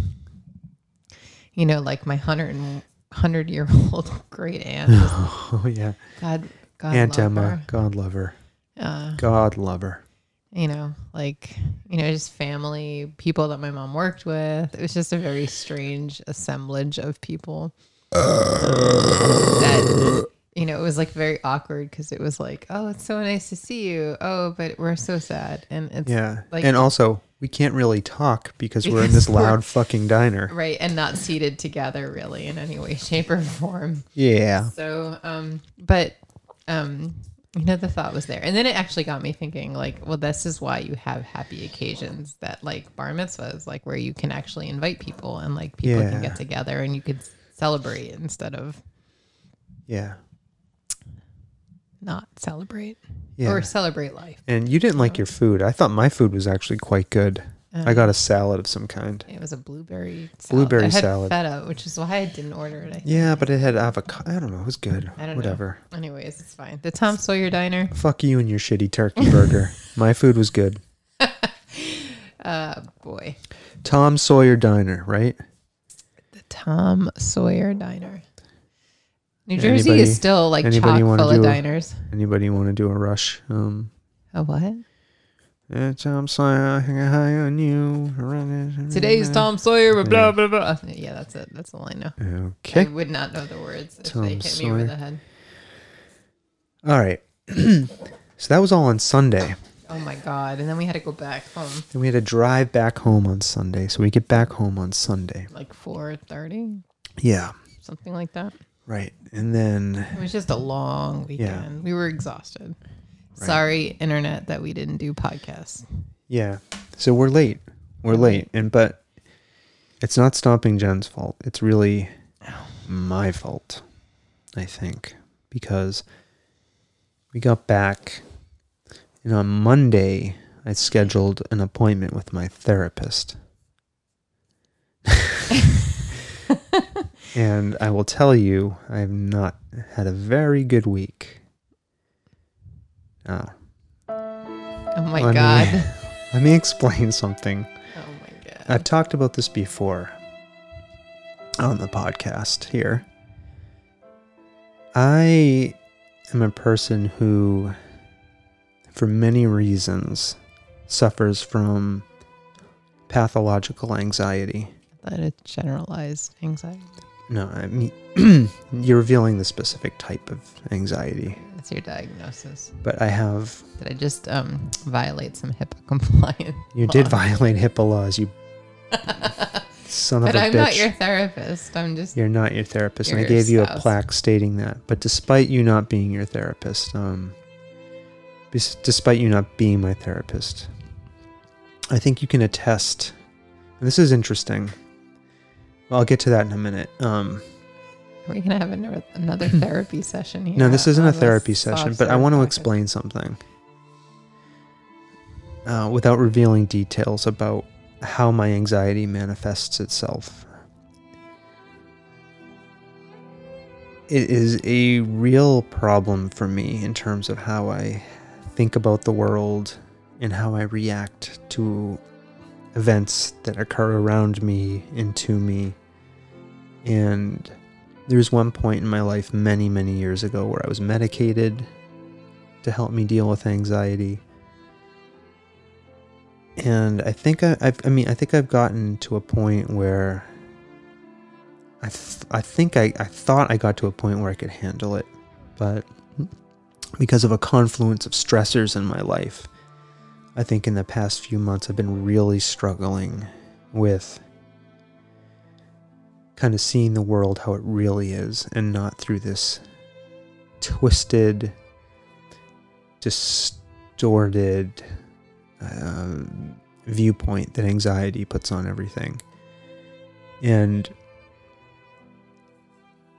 S2: you know, like my hundred and hundred year old [LAUGHS] great
S1: [GASPS]
S2: aunt. was-
S1: [LAUGHS] oh, yeah.
S2: God, God,
S1: Aunt
S2: love
S1: Emma,
S2: her.
S1: God lover.
S2: Uh,
S1: God lover.
S2: you know, like, you know, just family, people that my mom worked with. It was just a very strange assemblage of people. um, that, you know, it was like very awkward because it was like, oh, it's so nice to see you. Oh, but we're so sad. And it's
S1: Yeah.
S2: like,
S1: and also, we can't really talk because we're in
S2: Because
S1: this
S2: [LAUGHS] we're-
S1: loud fucking diner.
S2: right. And not seated together really in any way, shape, or form.
S1: Yeah.
S2: So, um, but, um, you know, the thought was there. And then it actually got me thinking, like, well, this is why you have happy occasions that, like, bar mitzvahs, like, where you can actually invite people and, like, people can
S1: Yeah.
S2: get together and you could celebrate instead of
S1: Yeah.
S2: not celebrate
S1: Yeah.
S2: or celebrate life.
S1: and you didn't like your food. I thought my food was actually quite good.
S2: Um,
S1: I got a salad of some kind.
S2: It was a blueberry salad.
S1: Blueberry
S2: I had
S1: salad.
S2: Feta, which is why I didn't order it. I think.
S1: Yeah, but it had avocado. I don't know. It was good.
S2: I don't know.
S1: Whatever.
S2: Anyways, it's fine. The Tom Sawyer Diner. [LAUGHS]
S1: Fuck you and your shitty turkey burger. My food was good.
S2: Uh, boy.
S1: Tom Sawyer Diner, right?
S2: The Tom Sawyer Diner. New
S1: Anybody-
S2: Jersey is still like chock
S1: anybody wanna
S2: full of
S1: do a-
S2: diners.
S1: Anybody want to do a rush? Um,
S2: A what?
S1: yeah, Tom Sawyer, I hang a high on you.
S2: Today's Tom Sawyer, but blah, blah, blah. Uh, Yeah, that's it. That's all I know. I
S1: Okay.
S2: would not know the words if
S1: Tom
S2: they hit me over
S1: Sawyer.
S2: the head.
S1: All right. [CLEARS THROAT] so that was all on Sunday.
S2: Oh my God. And then we had to go back home
S1: And we had to drive back home on Sunday. So we get back home on Sunday.
S2: like 4.30,
S1: Yeah.
S2: something like that.
S1: Right. And then
S2: It was just a long weekend. We were exhausted. Sorry, internet, that we didn't do podcasts.
S1: Yeah. So we're late. We're late. And but it's not stopping Jen's fault. It's really my fault, I think, because we got back and on Monday I scheduled an appointment with my therapist. and I will tell you, I have not had a very good week. Ah.
S2: Oh my
S1: Let me-
S2: God.
S1: [LAUGHS] Let me explain something.
S2: Oh my God.
S1: I've talked about this before on the podcast here. I am a person who, for many reasons, suffers from pathological anxiety.
S2: That is generalized anxiety.
S1: No, I mean, [CLEARS THROAT] you're revealing the specific type of anxiety,
S2: That's your diagnosis.
S1: but I have,
S2: Did I just um, violate some HIPAA [LAUGHS] compliance?
S1: you did
S2: law?
S1: violate HIPAA laws, you son of
S2: But
S1: a
S2: I'm
S1: bitch.
S2: not your therapist. I'm just.
S1: You're not your therapist, and I
S2: Your
S1: gave you a
S2: spouse.
S1: plaque stating that. But despite you not being your therapist, um, bes- despite you not being my therapist, I think you can attest. And this is interesting. I'll get to that in a minute. Um,
S2: Are we gonna have another, another therapy session here?
S1: no, this isn't
S2: on
S1: a
S2: this
S1: therapy
S2: soft
S1: session, but I
S2: serve
S1: want to
S2: podcast? [LAUGHS]
S1: explain something uh, without revealing details about how my anxiety manifests itself. It is a real problem for me in terms of how I think about the world and how I react to events that occur around me and to me. And there's one point in my life many, many years ago where I was medicated to help me deal with anxiety. And I think I, I've, I mean, I think I've gotten to a point where I, th- I think I, I thought I got to a point where I could handle it, but because of a confluence of stressors in my life, I think in the past few months I've been really struggling with kind of seeing the world how it really is and not through this twisted, distorted uh, viewpoint that anxiety puts on everything. And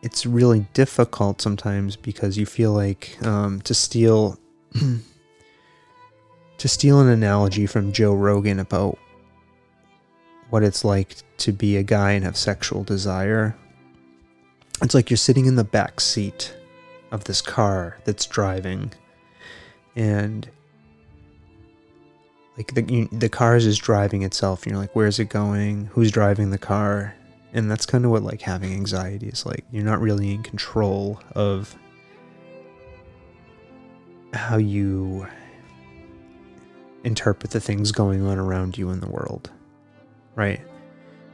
S1: it's really difficult sometimes because you feel like um, to steal. [CLEARS THROAT] To steal an analogy from Joe Rogan about what it's like to be a guy and have sexual desire. It's like you're sitting in the back seat of this car that's driving, and like the you, the car is just driving itself. And you're like, where's it going? Who's driving the car? And that's kind of what like having anxiety is like. You're not really in control of how you interpret the things going on around you in the world, right?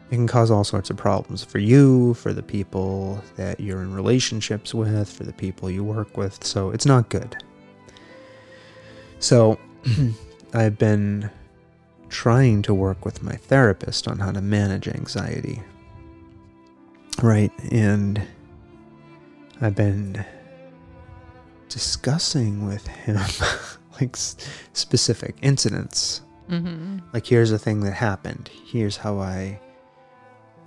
S1: it can cause all sorts of problems for you, for the people that you're in relationships with, for the people you work with. So it's not good. So [CLEARS THROAT] I've been trying to work with my therapist on how to manage anxiety. Right. And I've been discussing with him [LAUGHS] like s- specific incidents
S2: Mhm.
S1: like here's the thing that happened here's how i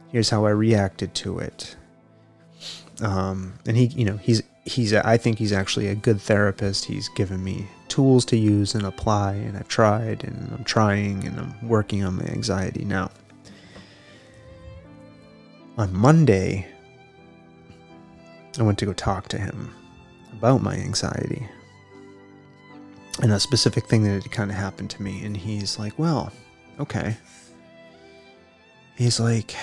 S1: here's how i reacted to it um and he you know he's he's i think he's actually a good therapist he's given me tools to use and apply and i've tried and i'm trying and i'm working on my anxiety now on monday i went to go talk to him about my anxiety and a specific thing that had kind of happened to me. And he's like, Well, okay. He's like,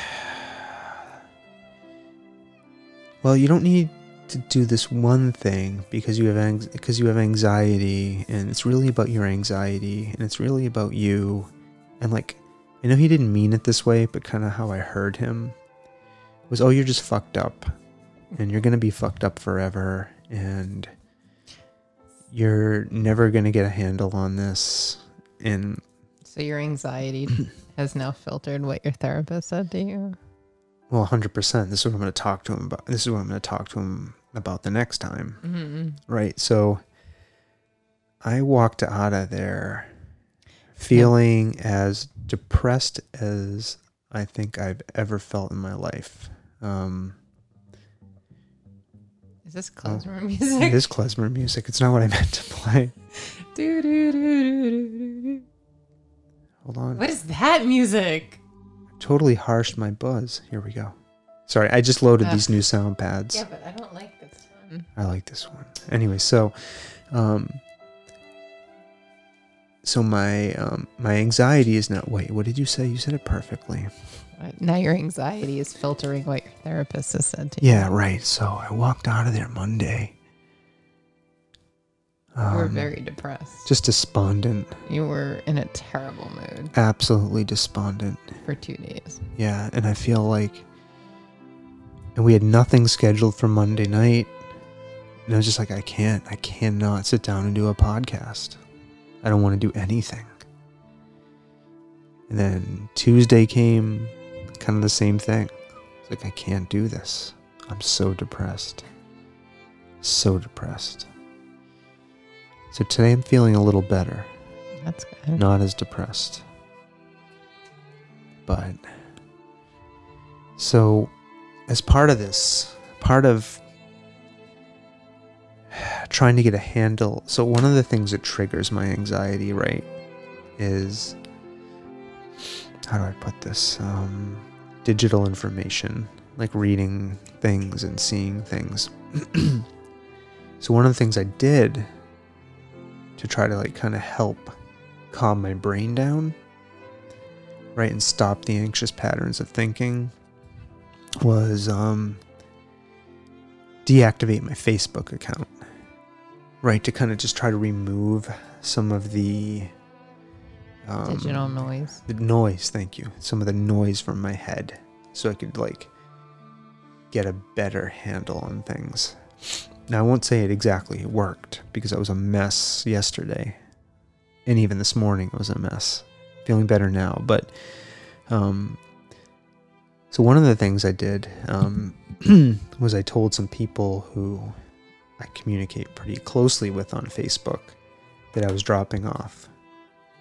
S1: well, you don't need to do this one thing because you have anx- because you have anxiety, and it's really about your anxiety, and it's really about you, and like, I know he didn't mean it this way, but kind of how I heard him was, oh, you're just fucked up, and you're gonna be fucked up forever, and you're never gonna get a handle on this, and
S2: So your
S1: [CLEARS THROAT]
S2: anxiety has now filtered what your therapist said to you.
S1: well 100% this is what i'm going to talk to him about this is what i'm going to talk to him about the next time
S2: Mm-mm.
S1: right so i walked out of there feeling as depressed as i think i've ever felt in my life
S2: [LAUGHS]
S1: um
S2: Is this klezmer music?
S1: it [LAUGHS] is klezmer music it's not what i meant to play
S2: Do, do, do, do, do, do.
S1: hold on
S2: What is that music?
S1: totally harshed my buzz here we go sorry i just loaded
S2: Ugh.
S1: these new sound pads
S2: Yeah, but I don't like this one.
S1: I like this one. Anyway, so um so my um my anxiety is not wait, what did you say? You said it perfectly.
S2: Uh, Now your anxiety is filtering what your therapist has said to you.
S1: Yeah, right. So I walked out of there Monday.
S2: You were
S1: Um,
S2: very depressed.
S1: just despondent,
S2: You were in a terrible mood
S1: absolutely despondent.
S2: for two days.
S1: Yeah, and I feel like and we had nothing scheduled for Monday night. And I was just like I can't, I cannot sit down and do a podcast. I don't want to do anything. And then Tuesday came, kind of the same thing. It's like I can't do this. I'm so depressed. So depressed. So today I'm feeling a little better
S2: That's good.
S1: not as depressed. But so, as part of this, part of [SIGHS] trying to get a handle, so one of the things that triggers my anxiety, right, is how do I put this? Um, digital information, like reading things and seeing things. [CLEARS THROAT] so, one of the things I did to try to, like, kind of help calm my brain down, right, and stop the anxious patterns of thinking was um, deactivate my Facebook account, right, to kind of just try to remove some of the um,
S2: Digital noise.
S1: the noise, thank you. Some of the noise from my head so I could like get a better handle on things. Now I won't say it exactly worked because I was a mess yesterday. And even this morning it was a mess. Feeling better now, but um so one of the things I did um [CLEARS THROAT] was I told some people who I communicate pretty closely with on Facebook that I was dropping off,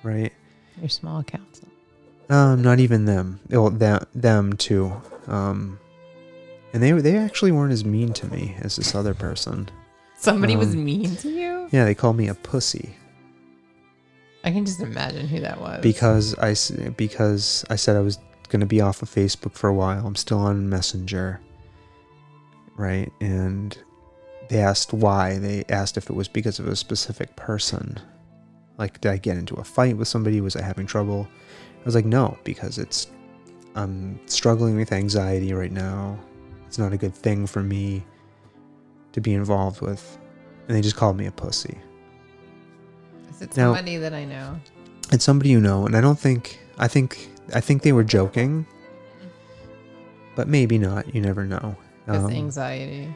S1: right?
S2: Your small council.
S1: Um, not even them. Well, that them too. Um, and they they actually weren't as mean to me as this other person.
S2: Somebody was
S1: Um,
S2: mean to you?
S1: Yeah, they called me a pussy
S2: I can just imagine who that was.
S1: because I s- because I said I was gonna be off of Facebook for a while. I'm still on Messenger, right? And they asked why. They asked if it was because of a specific person. Like, did I get into a fight with somebody? Was I having trouble? I was like, no, because it's I'm struggling with anxiety right now. It's not a good thing for me to be involved with. And they just called me a pussy.
S2: Is it
S1: Now-
S2: somebody that I know?
S1: it's somebody you know and i don't think i think i think they were joking but maybe not you never know
S2: Because
S1: Um,
S2: anxiety.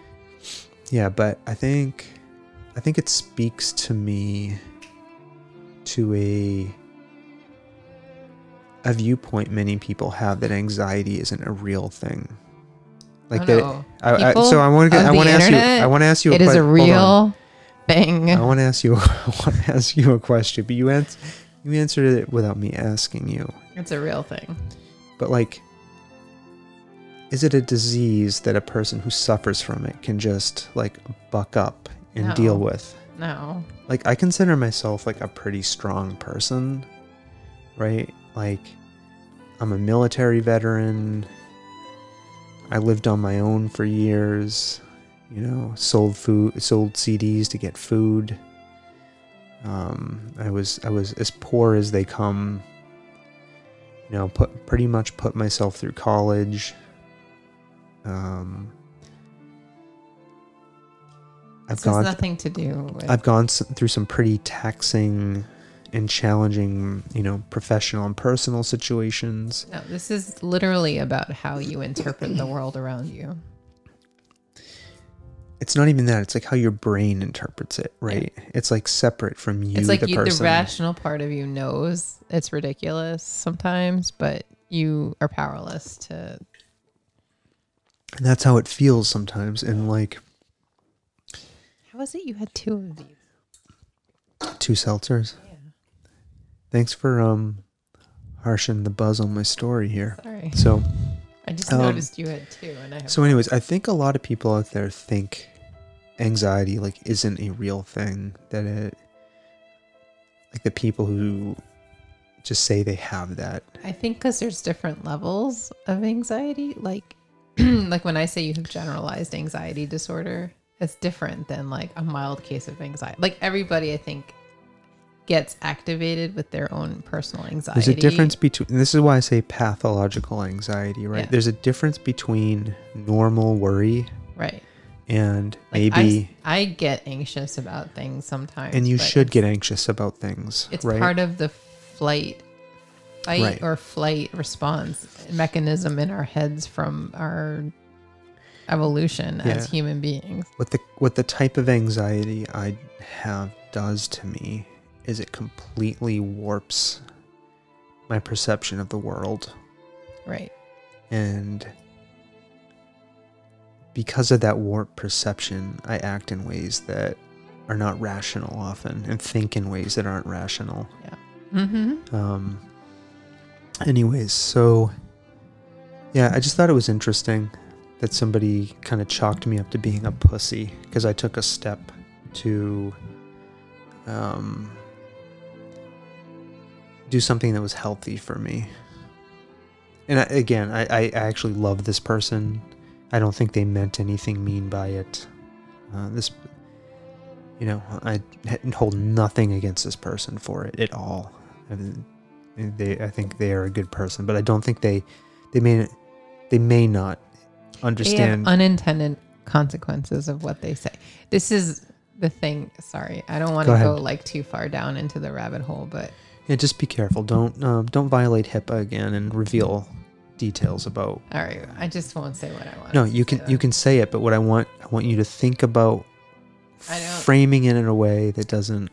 S1: yeah but i think i think it speaks to me to a a viewpoint many people have that anxiety isn't a real thing like
S2: oh,
S1: that
S2: no.
S1: I, I,
S2: People
S1: so i want to
S2: of
S1: i
S2: the
S1: want to ask you
S2: internet,
S1: i want to ask you
S2: It is
S1: que-
S2: a
S1: hold on.
S2: real thing.
S1: I want to ask you. [LAUGHS] I want to ask you a question, but you ans- you answered it without me asking you.
S2: It's a real thing.
S1: But like, is it a disease that a person who suffers from it can just like buck up and
S2: No.
S1: deal with?
S2: No.
S1: Like, I consider myself like a pretty strong person, right? Like, I'm a military veteran. I lived on my own for years. You know, sold food, sold CDs to get food. Um, I was I was as poor as they come. you know, put pretty much put myself through college. Um, I've
S2: This has
S1: gone
S2: nothing to do with.
S1: I've gone s- through some pretty taxing and challenging, you know, professional and personal situations.
S2: no, this is literally about how you interpret the world around you.
S1: It's not even that; it's like how your brain interprets it, right? It's like separate from you,
S2: it's like
S1: the
S2: you, the
S1: person.
S2: rational part of you knows it's ridiculous sometimes, but you are powerless to.
S1: and that's how it feels sometimes. And like
S2: How is it you had two of these?
S1: two seltzers. Thanks for um, harshing the buzz on my story here.
S2: Sorry,
S1: So.
S2: I just
S1: Um,
S2: noticed you had two, and I have.
S1: So, anyways, I think a lot of people out there think anxiety like isn't a real thing. That it, like the people who just say they have that.
S2: I think because there's different levels of anxiety. Like, [CLEARS THROAT] like when I say you have generalized anxiety disorder, it's different than like a mild case of anxiety. Like everybody, I think, gets activated with their own personal anxiety.
S1: There's a difference between. and this is why I say pathological anxiety, right?
S2: Yeah.
S1: There's a difference between normal worry
S2: right?
S1: and
S2: Like, I-
S1: maybe,
S2: I, get anxious about things sometimes,
S1: and you
S2: but
S1: should get anxious about things,
S2: It's
S1: right?
S2: part of the flight, fight
S1: Right.
S2: or flight response mechanism in our heads from our evolution as
S1: Yeah.
S2: human beings.
S1: what the what the type of anxiety I have does to me is it completely warps my perception of the world
S2: Right.
S1: and because of that warped perception I act in ways that are not rational often and think in ways that aren't rational
S2: Mm-hmm.
S1: um anyways so yeah i just thought it was interesting that somebody kind of chalked me up to being a pussy because i took a step to um do something that was healthy for me and I, again I, I I actually love this person i don't think they meant anything mean by it uh, this you know i hold nothing against this person for it at all I mean, they I think they are a good person, but I don't think they they may they may not
S2: They have
S1: understand.
S2: unintended consequences of what they say. This is the thing. Sorry, I don't want
S1: Go
S2: to
S1: ahead.
S2: go like too far down into the rabbit hole, but
S1: yeah, just be careful. Don't um, don't violate HIPAA again and reveal details about.
S2: all right, I just won't say what I want.
S1: No, you can you can say it, but what I want I want you to think about
S2: I don't-
S1: framing it in a way that doesn't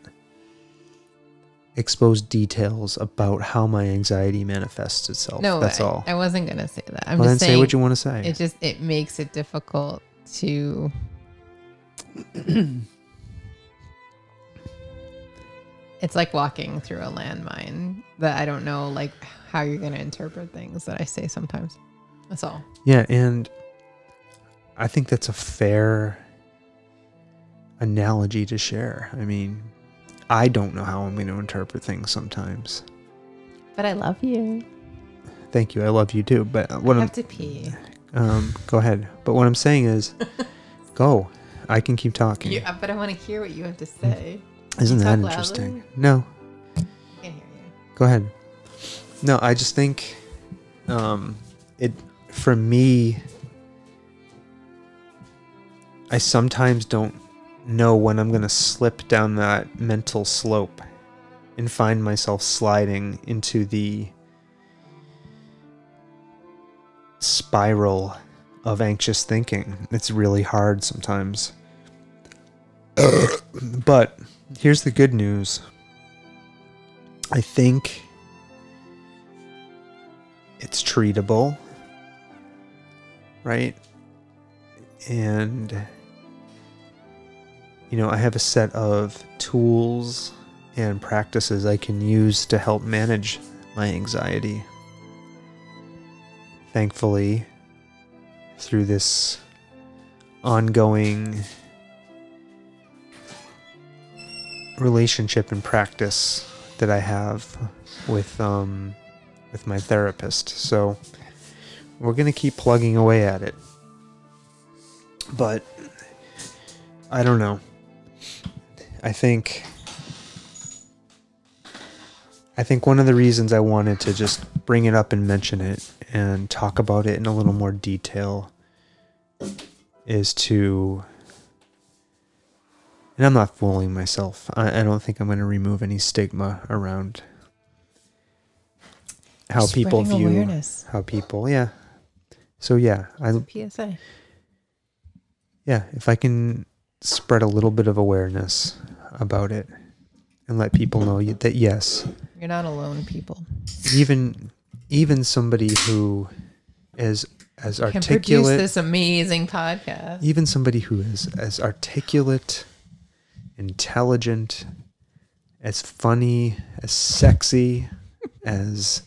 S1: expose details about how my anxiety manifests itself.
S2: No,
S1: that's
S2: I,
S1: all.
S2: I wasn't gonna say that. I'm
S1: well, then
S2: just saying.
S1: say what you want to say.
S2: it just it makes it difficult to [CLEARS THROAT] it's like walking through a landmine that i don't know like how you're going to interpret things that i say sometimes that's all
S1: Yeah, and I think that's a fair analogy to share. I mean, I don't know how I'm going to interpret things sometimes.
S2: but i love you
S1: Thank you. I love you too, but what
S2: i [LAUGHS]
S1: I'm
S2: have to pee
S1: um go ahead. But what I'm saying
S2: [LAUGHS]
S1: is go. I can keep talking.
S2: you, uh, but i want to hear what you have to say
S1: Isn't
S2: you
S1: that
S2: talk louder?
S1: interesting? No.
S2: i can hear you
S1: Go ahead. No, I just think um it for me I sometimes don't know when I'm going to slip down that mental slope and find myself sliding into the spiral of anxious thinking. It's really hard sometimes. [COUGHS] but here's the good news. I think it's treatable, right? And, you know, I have a set of tools and practices I can use to help manage my anxiety. Thankfully, through this ongoing relationship and practice that I have with um, with my therapist. So we're gonna keep plugging away at it. But I don't know. I think I think one of the reasons I wanted to just bring it up and mention it and talk about it in a little more detail is to and I'm not fooling myself. I, I don't think I'm going to remove any stigma around how people
S2: Spreading
S1: view
S2: awareness.
S1: how people. Yeah. So yeah, I
S2: PSA.
S1: yeah, if I can spread a little bit of awareness about it and let people know y- that yes,
S2: You're not alone, people.
S1: even even somebody who is as
S2: Can produce
S1: articulate
S2: this amazing podcast.
S1: even somebody who is as articulate, intelligent, as funny, as sexy, as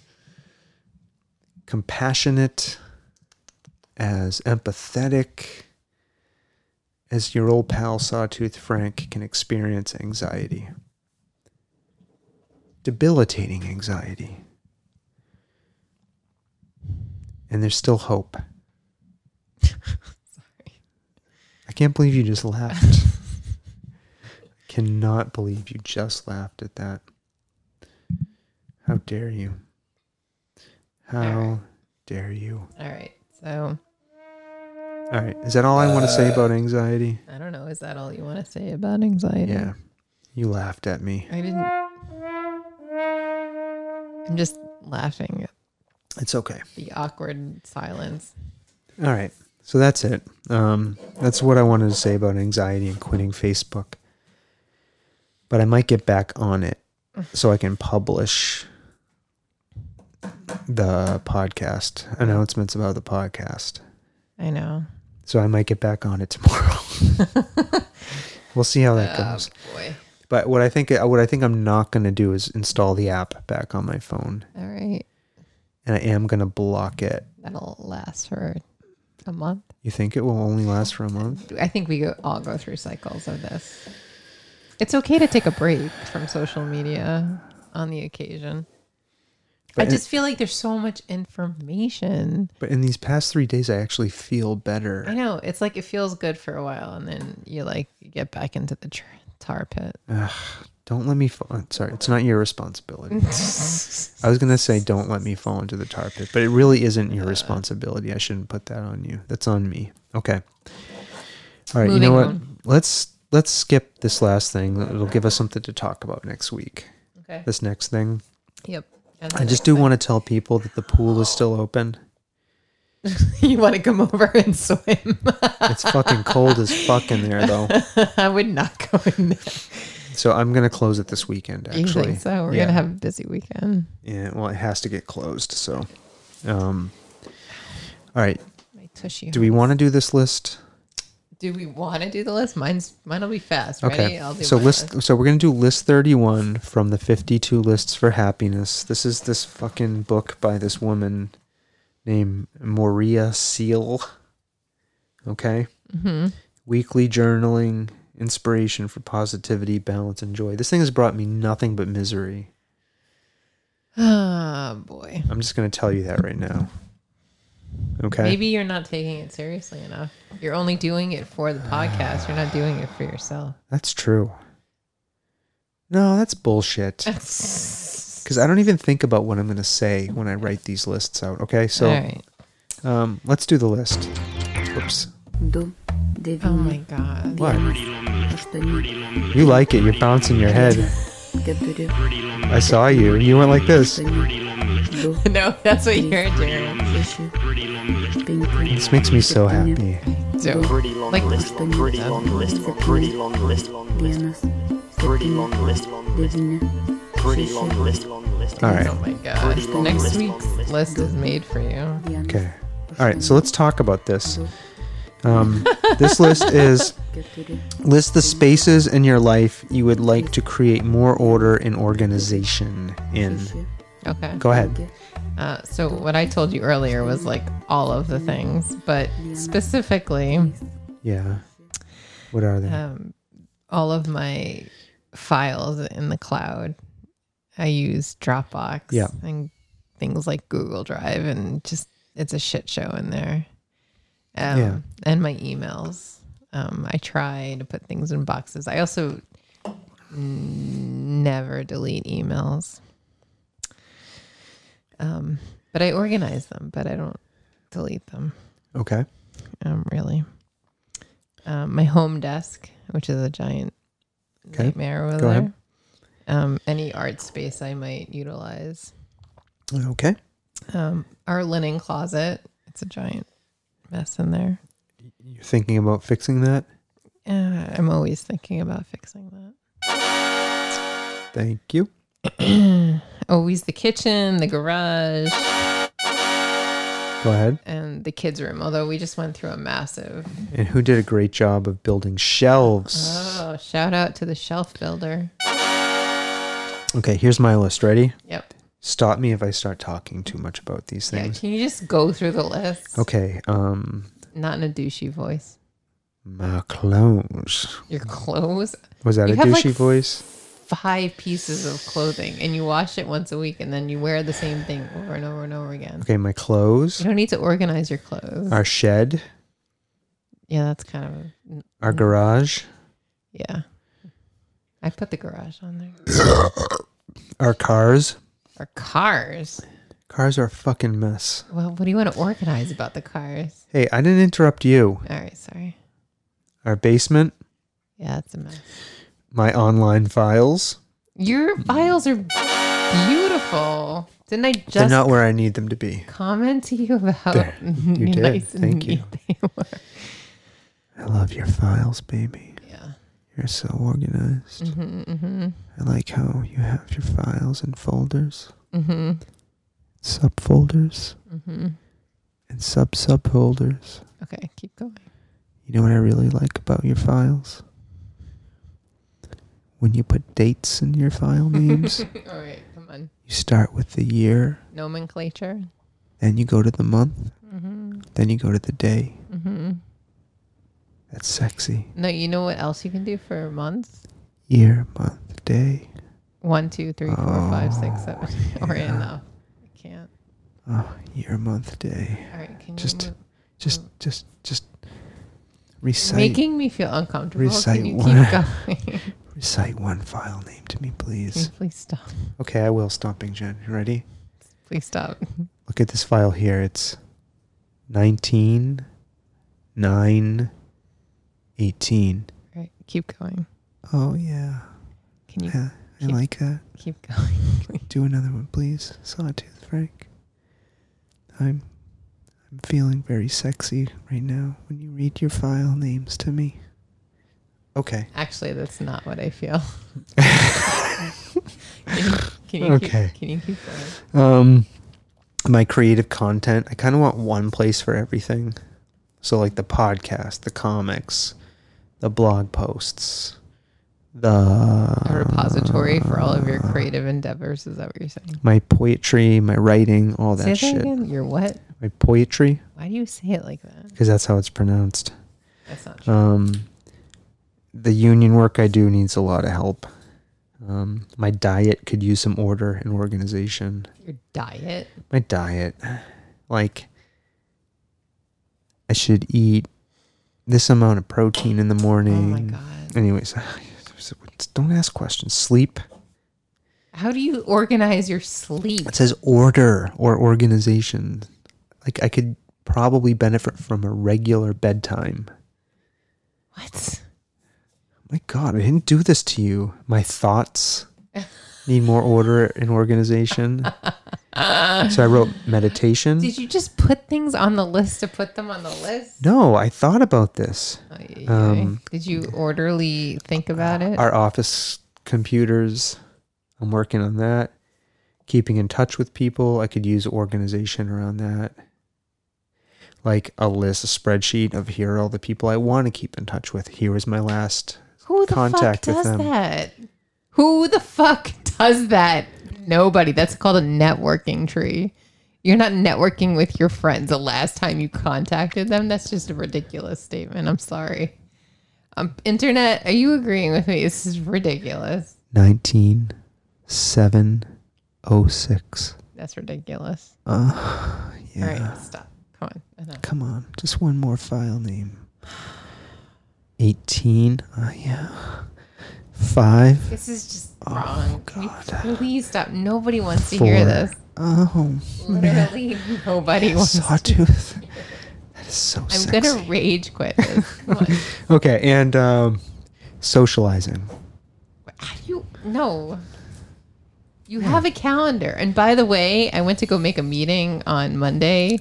S1: compassionate, as empathetic as your old pal Sawtooth Frank can experience anxiety. Debilitating anxiety. And there's still hope. I can't believe you just laughed. Cannot believe you just laughed at that. How dare you? How dare you?
S2: All right. So
S1: All right. Is that all I want to say about anxiety?
S2: I don't know. Is that all you want to say about anxiety?
S1: Yeah. You laughed at me.
S2: I didn't. I'm just laughing at
S1: It's okay.
S2: the awkward silence.
S1: All right. So that's it. Um, that's what I wanted to say about anxiety and quitting Facebook. But I might get back on it so I can publish the podcast announcements about the podcast.
S2: I know.
S1: So I might get back on it tomorrow. [LAUGHS] we'll see how that
S2: Oh,
S1: goes.
S2: boy.
S1: But what I think what I think I'm not going to do is install the app back on my phone,
S2: All right.
S1: and I am going to block it.
S2: That'll last for a month.
S1: You think it will only last for a month?
S2: I think we go, all go through cycles of this. It's okay to take a break from social media on the occasion.
S1: But
S2: I just feel like there's so much information.
S1: But in these past three days, I actually feel better.
S2: I know. It's like it feels good for a while and then you like get back into the tr- tar pit.
S1: Don't let me fall. Sorry, it's not your responsibility. I was gonna say don't let me fall into the tar pit, but it really isn't your responsibility. I shouldn't put that on you. That's on me. Okay. All right. you
S2: Moving
S1: know what?
S2: on.
S1: Let's let's skip this last thing. It'll give us something to talk about next week.
S2: Okay.
S1: This next thing.
S2: Yep. And
S1: I
S2: then
S1: just do want to tell people that the pool is still open.
S2: [LAUGHS] you want to come over and swim.
S1: It's fucking cold as fuck in there though.
S2: [LAUGHS] I would not go in there.
S1: So I'm gonna close it this weekend. [LAUGHS] Actually,
S2: You think so? We're
S1: Yeah.
S2: gonna have a busy weekend.
S1: Yeah, well, it has to get closed. So, um, all right.
S2: My tushy.
S1: Do we want to do this list?
S2: Do we want to do the list? Mine's mine'll be fast. Ready?
S1: Okay.
S2: I'll do
S1: So
S2: mine.
S1: list. So we're gonna do list thirty-one from the fifty-two lists for happiness. This is this fucking book by this woman named Maria Seal. Okay.
S2: Mm-hmm.
S1: Weekly journaling, inspiration for positivity, balance, and joy. This thing has brought me nothing but misery.
S2: Oh boy.
S1: I'm just gonna tell you that right now. Okay.
S2: Maybe you're not taking it seriously enough. You're only doing it for the podcast. You're not doing it for [LAUGHS] yourself.
S1: That's true. No, that's bullshit. Because I don't even think about what I'm going to say when I write these lists out. Okay, so
S2: All right.
S1: um, let's do the list. Oops.
S4: Do,
S2: Oh
S4: devine,
S2: my god.
S1: What?
S4: Astani,
S1: You like it. You're bouncing your head.
S4: Gabriel,
S1: I saw you. You went like this.
S4: Do,
S2: [LAUGHS] No, that's what you're doing.
S4: Eshu, Pinky,
S1: This makes me so happy.
S2: So, like this.
S4: Astani, Zephine, Yanas, Sepine, Devine,
S1: All
S2: Oh
S1: right.
S2: my gosh. Next week's list is made for you.
S4: Diana,
S1: Okay. All right. So let's talk about this.
S2: [LAUGHS]
S1: Um, this list is
S4: Gabriel,
S1: list the spaces in your life you would like to create more order and organization in.
S4: Eshu,
S2: Okay.
S1: Go ahead.
S2: Uh, so what I told you earlier was like all of the things, but specifically
S1: Yeah. What are they?
S2: um, all of my files in the cloud. I use Dropbox
S1: Yeah.
S2: and things like Google Drive, and just it's a shit show in there. Um,
S1: Yeah.
S2: And my emails. Um, I try to put things in boxes. I also n- never delete emails. Um, but I organize them, but I don't delete them.
S1: Okay.
S2: Um, really. Um, my home desk, which is a giant
S1: Okay.
S2: nightmare
S1: Go
S2: over there.
S1: ahead.
S2: Um, any art space I might utilize.
S1: Okay.
S2: Um, our linen closet. It's a giant mess in there.
S1: You're thinking about fixing that?
S2: Uh, I'm always thinking about fixing that.
S1: Thank you.
S2: [CLEARS THROAT] Always the kitchen, the garage,
S1: Go ahead.
S2: and the kids' room. Although we just went through a massive.
S1: And who did a great job of building shelves?
S2: Oh, shout out to the shelf builder.
S1: Okay, here's my list. Ready?
S2: Yep.
S1: Stop me if I start talking too much about these
S2: Yeah,
S1: things.
S2: can you just go through the list?
S1: Okay, um
S2: Not in a douchey voice.
S1: my clothes.
S2: Your clothes.
S1: Was that
S2: You
S1: a
S2: have, like,
S1: douchey voice?
S2: Five pieces of clothing, and you wash it once a week, and then you wear the same thing over and over and over again.
S1: Okay, my clothes,
S2: You don't need to organize your clothes.
S1: our shed,
S2: Yeah, that's kind of a-
S1: our garage,
S2: yeah. I put the garage on there.
S1: our cars.
S2: Or cars.
S1: Cars are a fucking mess.
S2: Well, what do you want to organize about the cars?
S1: Hey, I didn't interrupt you.
S2: All right, sorry.
S1: Our basement,
S2: Yeah, it's a mess.
S1: my online files.
S2: Your files are beautiful. Didn't I
S1: They're
S2: just
S1: not where I need them to be.
S2: comment to you about [LAUGHS]
S1: There. You
S2: how
S1: did.
S2: nice and
S1: Thank you.
S2: neat they were?
S1: I love your files, baby.
S2: Yeah.
S1: You're so organized.
S2: Mm-hmm, mm-hmm.
S1: I like how you have your files in folders,
S2: Mm-hmm.
S1: subfolders,
S2: Mm-hmm.
S1: and sub subfolders.
S2: Okay, keep going.
S1: You know what I really like about your files? When you put dates in your file names,
S2: All right, come on.
S1: you start with the year,
S2: Nomenclature.
S1: then you go to the month,
S2: Mm-hmm.
S1: then you go to the day.
S2: Mm-hmm.
S1: That's sexy.
S2: No, you know what else you can do for months?
S1: Year, month, day.
S2: One, two, three, four, five, six, seven. Or
S1: Oh. yeah.
S2: enough. I can't.
S1: Oh, year, month, day.
S2: All right, can
S1: Just
S2: you?
S1: Just, just, just
S2: Move?
S1: recite,
S2: Making me feel uncomfortable.
S1: recite
S2: can you
S1: one. [LAUGHS]
S2: keep going?
S1: recite one file name to me,
S2: Can you
S1: please.
S2: [LAUGHS] please stop.
S1: Okay, I will. Stomping Jen, you ready?
S2: Please stop.
S1: Look at this file here. It's 19, 9, 18.
S2: All right, keep going.
S1: Oh, yeah.
S2: Can you
S1: Yeah, I
S2: Keep-
S1: like that.
S2: keep going? please?
S1: Do another one, please. Sawtooth Frank. I'm I'm feeling very sexy right now when you read your file names to me. Okay.
S2: Actually, that's not what
S1: [LAUGHS]
S2: I feel. [LAUGHS] can you, can you
S1: Okay.
S2: Keep, can you keep going?
S1: Um my creative content. I kind of want one place for everything. So like the podcast, the comics, the blog posts,
S2: A
S1: the
S2: repository for all of your creative endeavors. Is that what you're saying?
S1: my poetry, my writing, all that
S2: say that
S1: shit.
S2: again. Your what?
S1: My poetry
S2: Why do you say it like that?
S1: because that's how it's pronounced.
S2: That's not true.
S1: Um, the union work I do needs a lot of help. Um, my diet could use some order and organization.
S2: your diet.
S1: My diet, like, I should eat this amount of protein in the
S2: Oh
S1: morning.
S2: my god.
S1: Anyways, [SIGHS] don't ask questions. Sleep.
S2: How do you organize your sleep?
S1: It says order or organization. Like, I could probably benefit from a regular bedtime.
S2: What?
S1: My God, I didn't do this to you. My
S2: [LAUGHS]
S1: thoughts need more order and organization. so I wrote meditation.
S2: Did you just put things on the list to put them on the list?
S1: No, I thought about this.
S2: Ay, ay,
S1: Um,
S2: ay. Did you orderly think about it?
S1: Our office computers, I'm working on that. Keeping in touch with people, I could use organization around that. Like a list, a spreadsheet of here are all the people I want to keep in touch with. Here is my last.
S2: Who the
S1: contact
S2: fuck
S1: with
S2: does
S1: them.
S2: that? Who the fuck [LAUGHS] does that? Nobody. That's called a networking tree. You're not networking with your friends the last time you contacted them. That's just a ridiculous statement. I'm sorry. Um, Internet, are you agreeing with me? This is ridiculous.
S1: 19706.
S2: That's ridiculous.
S1: Uh, yeah.
S2: All right, stop. Come on. Enough.
S1: Come on, just one more file name. 18. Ah, oh yeah. Five.
S2: This is just wrong. Can you
S1: Oh, God.
S2: please stop. Nobody wants to
S1: Four.
S2: hear this.
S1: Oh, man.
S2: Literally, [LAUGHS] nobody wants.
S1: Sawtooth. [LAUGHS] That is so
S2: I'm
S1: sexy.
S2: gonna rage quit this. Come on.
S1: Okay, and um, socializing.
S2: How do you no? You have a calendar, and by the way, I went to go make a meeting on Monday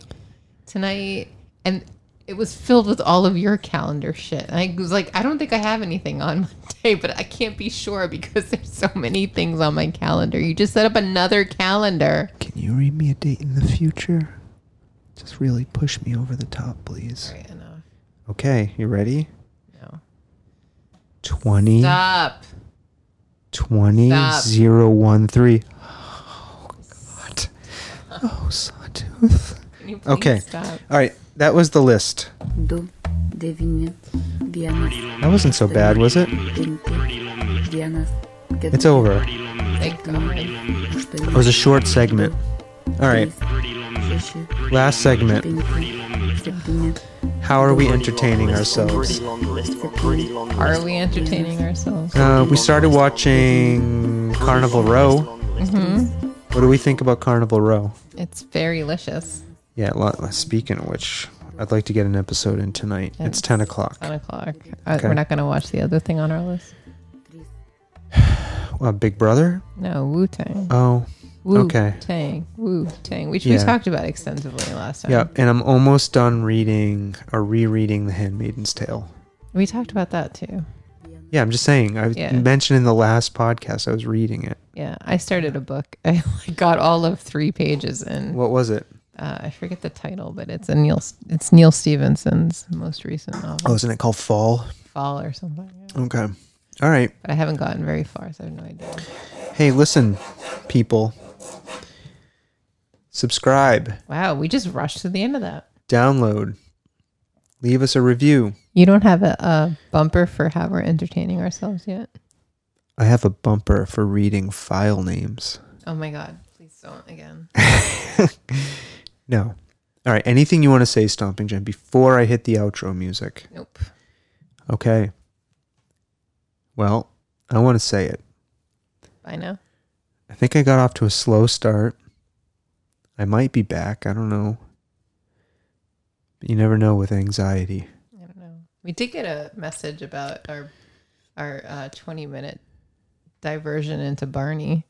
S2: tonight, and it was filled with all of your calendar shit. And I was like, I don't think I have anything on [LAUGHS] Monday, but I can't be sure because there's so many things on my calendar. You just set up another calendar.
S1: Can you read me a date in the future? Just really push me over the top, please.
S2: Right enough.
S1: Okay, you ready?
S2: No.
S1: 20
S2: Stop.
S1: 20
S2: Stop.
S1: 013. Oh, God. Oh, Sawtooth.
S2: Can you please
S1: Okay.
S2: Stop.
S1: All right, that was the list.
S4: dos, devine, vienas,
S1: That wasn't so bad, was it?
S4: veinte, vienas,
S1: It's Oh, over.
S2: Thank God.
S1: It was a short segment. All right, last segment. How are we entertaining ourselves?
S2: Are we entertaining ourselves?
S1: Uh, we started watching Carnival Row. What do we think about Carnival Row?
S2: It's very licious.
S1: Yeah, lo- uh, speaking of which, I'd like to get an episode in tonight. It's 10 o'clock.
S2: 10 o'clock. Uh,
S1: Okay.
S2: We're not going to watch the other thing on our list.
S1: Well, Uh, Big Brother?
S2: No, Wu Tang.
S1: Oh,
S2: Wu
S1: okay.
S2: Tang. Wu Tang, which
S1: Yeah.
S2: we talked about extensively last time.
S1: yeah. And I'm almost done reading or rereading The Handmaid's Tale.
S2: We talked about that too.
S1: Yeah, I'm just saying. I
S2: Yeah.
S1: mentioned in the last podcast I was reading it.
S2: Yeah. I started a book. [LAUGHS] I got all of three pages in.
S1: What was it?
S2: Uh, I forget the title, but it's a Neil. It's Neil Stevenson's most recent
S1: Oh,
S2: novel,
S1: isn't it called Fall?
S2: Fall or something. yeah.
S1: Okay. All right.
S2: But I haven't gotten very far, so I have no idea.
S1: Hey, listen, people. Subscribe,
S2: Wow, we just rushed to the end of that.
S1: download, leave us a review.
S2: You don't have a, a bumper for how we're entertaining ourselves yet.
S1: I have a bumper for reading file names.
S2: Oh my God! Please don't again.
S1: No. All right. Anything you want to say, Stomping Jim, before I hit the outro music?
S2: Nope.
S1: Okay. Well, I want to say it.
S2: Bye now.
S1: I think I got off to a slow start. I might be back. I don't know. But you never know with anxiety.
S2: I don't know. We did get a message about our our uh, twenty minute diversion into Barney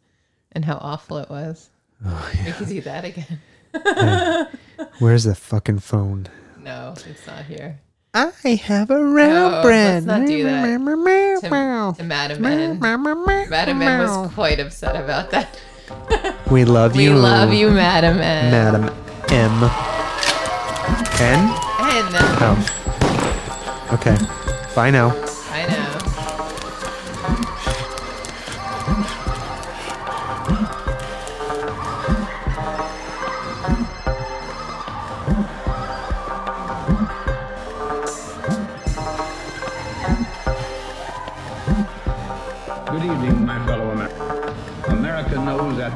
S2: and how awful it was.
S1: [LAUGHS] Oh,
S2: We could do that again.
S1: Where's the fucking phone?
S2: No, it's not here.
S1: I have a
S2: No,
S1: round
S2: let's
S1: bread.
S2: not do that. To,
S1: that.
S2: to Madam N. Madam N was quite upset about that.
S1: We love
S2: We
S1: you.
S2: love you, Madam N.
S1: Madam M. N?
S2: N.
S1: Oh. Okay. Bye now.
S2: I know.
S5: Good evening, my fellow Americans. America knows that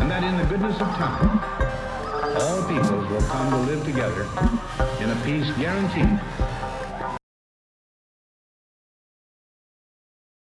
S5: And that in the goodness of time, all peoples will come to live together in a peace guaranteed